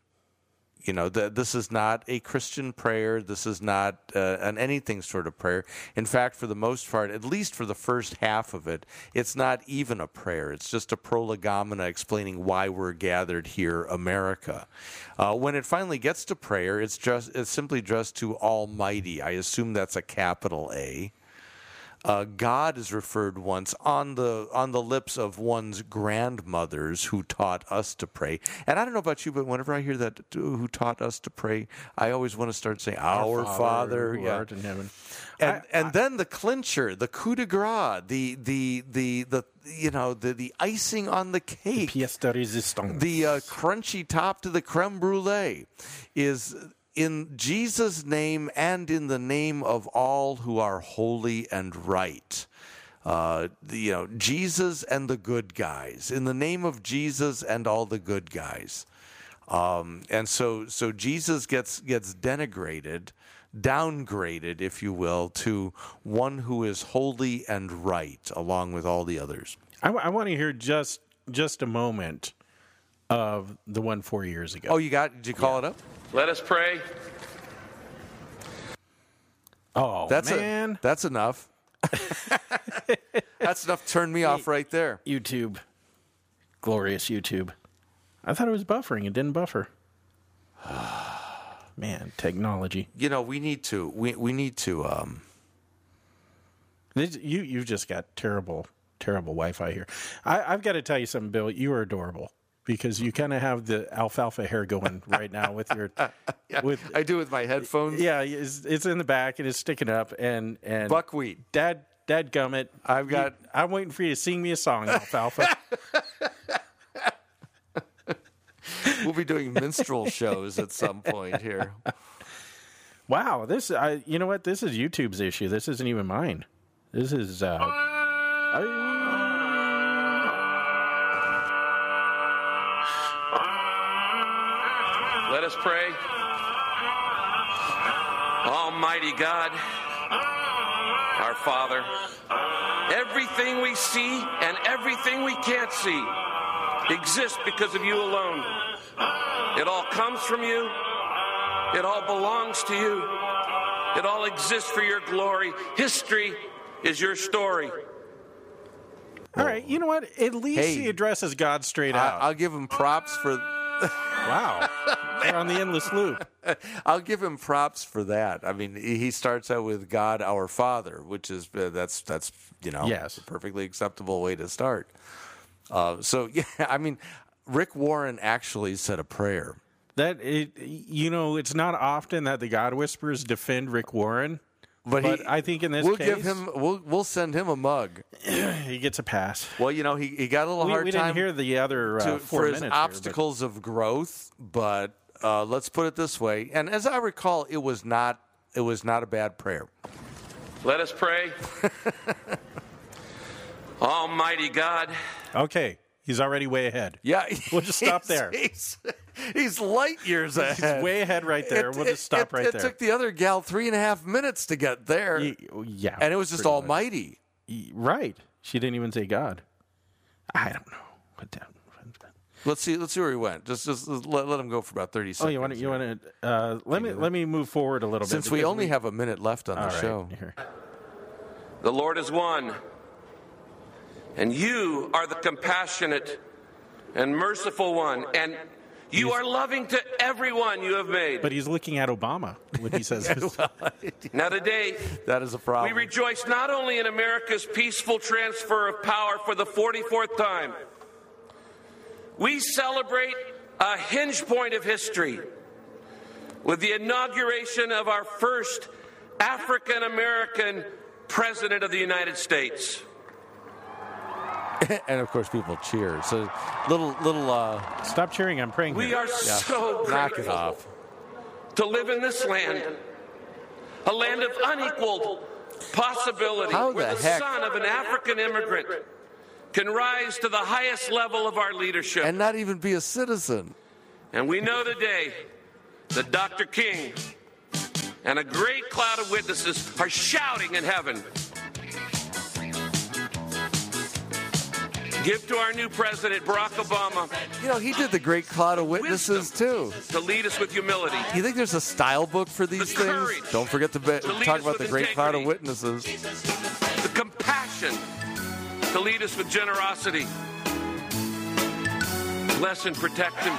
[SPEAKER 3] you know, th- this is not a Christian prayer. This is not uh, an anything sort of prayer. In fact, for the most part, at least for the first half of it, it's not even a prayer. It's just a prolegomena explaining why we're gathered here, America. Uh, when it finally gets to prayer, it's just it's simply just to Almighty. I assume that's a capital A. Uh, God is referred once on the on the lips of one's grandmothers who taught us to pray. And I don't know about you, but whenever I hear that uh, who taught us to pray, I always want to start saying Our, Father,
[SPEAKER 2] who
[SPEAKER 3] yeah.
[SPEAKER 2] art in heaven.
[SPEAKER 3] and and then the clincher, the coup de grace, the the the the you know the the icing on the cake,
[SPEAKER 2] Pièce de résistance.
[SPEAKER 3] the uh, crunchy top to the creme brulee is in Jesus' name and in the name of all who are holy and right. Uh, the, you know, Jesus and the good guys, in the name of Jesus and all the good guys. Um, and so, so Jesus gets gets denigrated, downgraded, if you will, to one who is holy and right, along with all the others.
[SPEAKER 2] I, want to hear just just a moment of the one four years ago.
[SPEAKER 3] Oh, you got? Did you call it up?
[SPEAKER 6] Let us pray.
[SPEAKER 2] Oh,
[SPEAKER 3] That's
[SPEAKER 2] man,
[SPEAKER 3] A, that's enough. that's enough. Turn me off right there.
[SPEAKER 2] YouTube. glorious YouTube. I thought it was buffering. It didn't buffer. Man, technology.
[SPEAKER 3] You know, we need to. We we need to. Um...
[SPEAKER 2] This, you you've just got terrible terrible Wi-Fi here. I, I've got to tell you something, Bill. You are adorable because you kind of have the alfalfa hair going right now with your with.
[SPEAKER 3] I do with my headphones.
[SPEAKER 2] Yeah, it's, it's in the back and it's sticking up and and
[SPEAKER 3] buckwheat.
[SPEAKER 2] Dad, dad gummit.
[SPEAKER 3] I've got.
[SPEAKER 2] You, I'm waiting for you to sing me a song, alfalfa.
[SPEAKER 3] we'll be doing minstrel shows at some point here.
[SPEAKER 2] Wow, this I you know what this is YouTube's issue. This isn't even mine. This is uh
[SPEAKER 6] Let us pray. Almighty God, our Father, everything we see and everything we can't see exists because of you alone. It all comes from you, it all belongs to you, it all exists for your glory. History is your story.
[SPEAKER 2] All right, you know what? At least
[SPEAKER 3] Hey. Uh,
[SPEAKER 2] he addresses God straight out.
[SPEAKER 3] I, will give him props for.
[SPEAKER 2] wow, they're on the endless loop.
[SPEAKER 3] I'll give him props for that. I mean, he starts out with God, our Father, which is uh, that's that's you know
[SPEAKER 2] Yes.
[SPEAKER 3] a perfectly acceptable way to start. Uh, so yeah, I mean, Rick Warren actually said a prayer.
[SPEAKER 2] That it, you know, it's not often that the God Whisperers defend Rick Warren, but,
[SPEAKER 3] he-
[SPEAKER 2] I think in this
[SPEAKER 3] we'll
[SPEAKER 2] case,
[SPEAKER 3] give him we'll we'll send him a mug.
[SPEAKER 2] he gets a pass.
[SPEAKER 3] Well, you know, he, he got a little
[SPEAKER 2] We,
[SPEAKER 3] hard
[SPEAKER 2] we
[SPEAKER 3] time
[SPEAKER 2] didn't hear the other uh,
[SPEAKER 3] to,
[SPEAKER 2] four
[SPEAKER 3] for
[SPEAKER 2] minutes
[SPEAKER 3] his
[SPEAKER 2] here, but-
[SPEAKER 3] obstacles of growth, but uh, let's put it this way. And as I recall, it was not it was not a bad prayer.
[SPEAKER 6] Let us pray. Almighty God,
[SPEAKER 2] okay, he's already way ahead.
[SPEAKER 3] Yeah,
[SPEAKER 2] We'll just stop there.
[SPEAKER 3] He's, he's light years ahead.
[SPEAKER 2] He's way ahead right there.
[SPEAKER 3] It-
[SPEAKER 2] we'll
[SPEAKER 3] it-
[SPEAKER 2] just stop
[SPEAKER 3] it-
[SPEAKER 2] right there.
[SPEAKER 3] It took the other gal three and a half minutes to get there,
[SPEAKER 2] Y- yeah,
[SPEAKER 3] and it was just
[SPEAKER 2] pretty much.
[SPEAKER 3] almighty.
[SPEAKER 2] Y- Right? She didn't even say God. I don't know. What the-
[SPEAKER 3] Let's see. Let's see where he went. Just, just let, let him go for about thirty seconds.
[SPEAKER 2] Oh, you want to? You want to? Uh, let me let me move forward a little bit
[SPEAKER 3] Since we
[SPEAKER 2] because
[SPEAKER 3] only have a minute left on the
[SPEAKER 2] All right,
[SPEAKER 3] show,
[SPEAKER 2] here.
[SPEAKER 6] the Lord is one, and you are the compassionate and merciful one, and you are loving to everyone you have made.
[SPEAKER 2] But he's looking at Obama when he says this.
[SPEAKER 6] Now, today,
[SPEAKER 3] that is a
[SPEAKER 6] we
[SPEAKER 3] problem.
[SPEAKER 6] rejoice not only in America's peaceful transfer of power for the 44th time, we celebrate a hinge point of history with the inauguration of our first African American President of the United States.
[SPEAKER 3] and of course, people cheer. So little, little. Uh,
[SPEAKER 2] Stop cheering! I'm praying.
[SPEAKER 6] We
[SPEAKER 2] here.
[SPEAKER 6] are so
[SPEAKER 3] knock it
[SPEAKER 6] grateful
[SPEAKER 3] off.
[SPEAKER 6] to live in this land, a land of unequaled possibility,
[SPEAKER 3] How
[SPEAKER 6] where
[SPEAKER 3] the
[SPEAKER 6] the
[SPEAKER 3] heck-
[SPEAKER 6] son of an African immigrant can rise to the highest level of our leadership.
[SPEAKER 3] and not even be a citizen.
[SPEAKER 6] And we know today that Dr. King and a great cloud of witnesses are shouting in heaven. Give to our new president, Barack Obama,
[SPEAKER 3] You know, he did the great cloud of witnesses too.
[SPEAKER 6] to lead us with humility.
[SPEAKER 3] You think there's a style book for these things?
[SPEAKER 6] courage
[SPEAKER 3] Don't forget to, be-
[SPEAKER 6] to lead
[SPEAKER 3] talk
[SPEAKER 6] us
[SPEAKER 3] about the
[SPEAKER 6] with
[SPEAKER 3] great cloud of
[SPEAKER 6] integrity.
[SPEAKER 3] witnesses.
[SPEAKER 6] the compassion to lead us with generosity. Bless and protect him,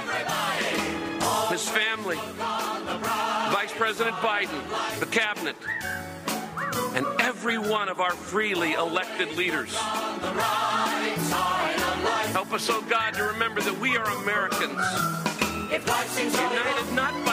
[SPEAKER 6] his family, Vice President Biden, the cabinet, and every one of our freely elected leaders. Help us, oh God, to remember that we are Americans, united not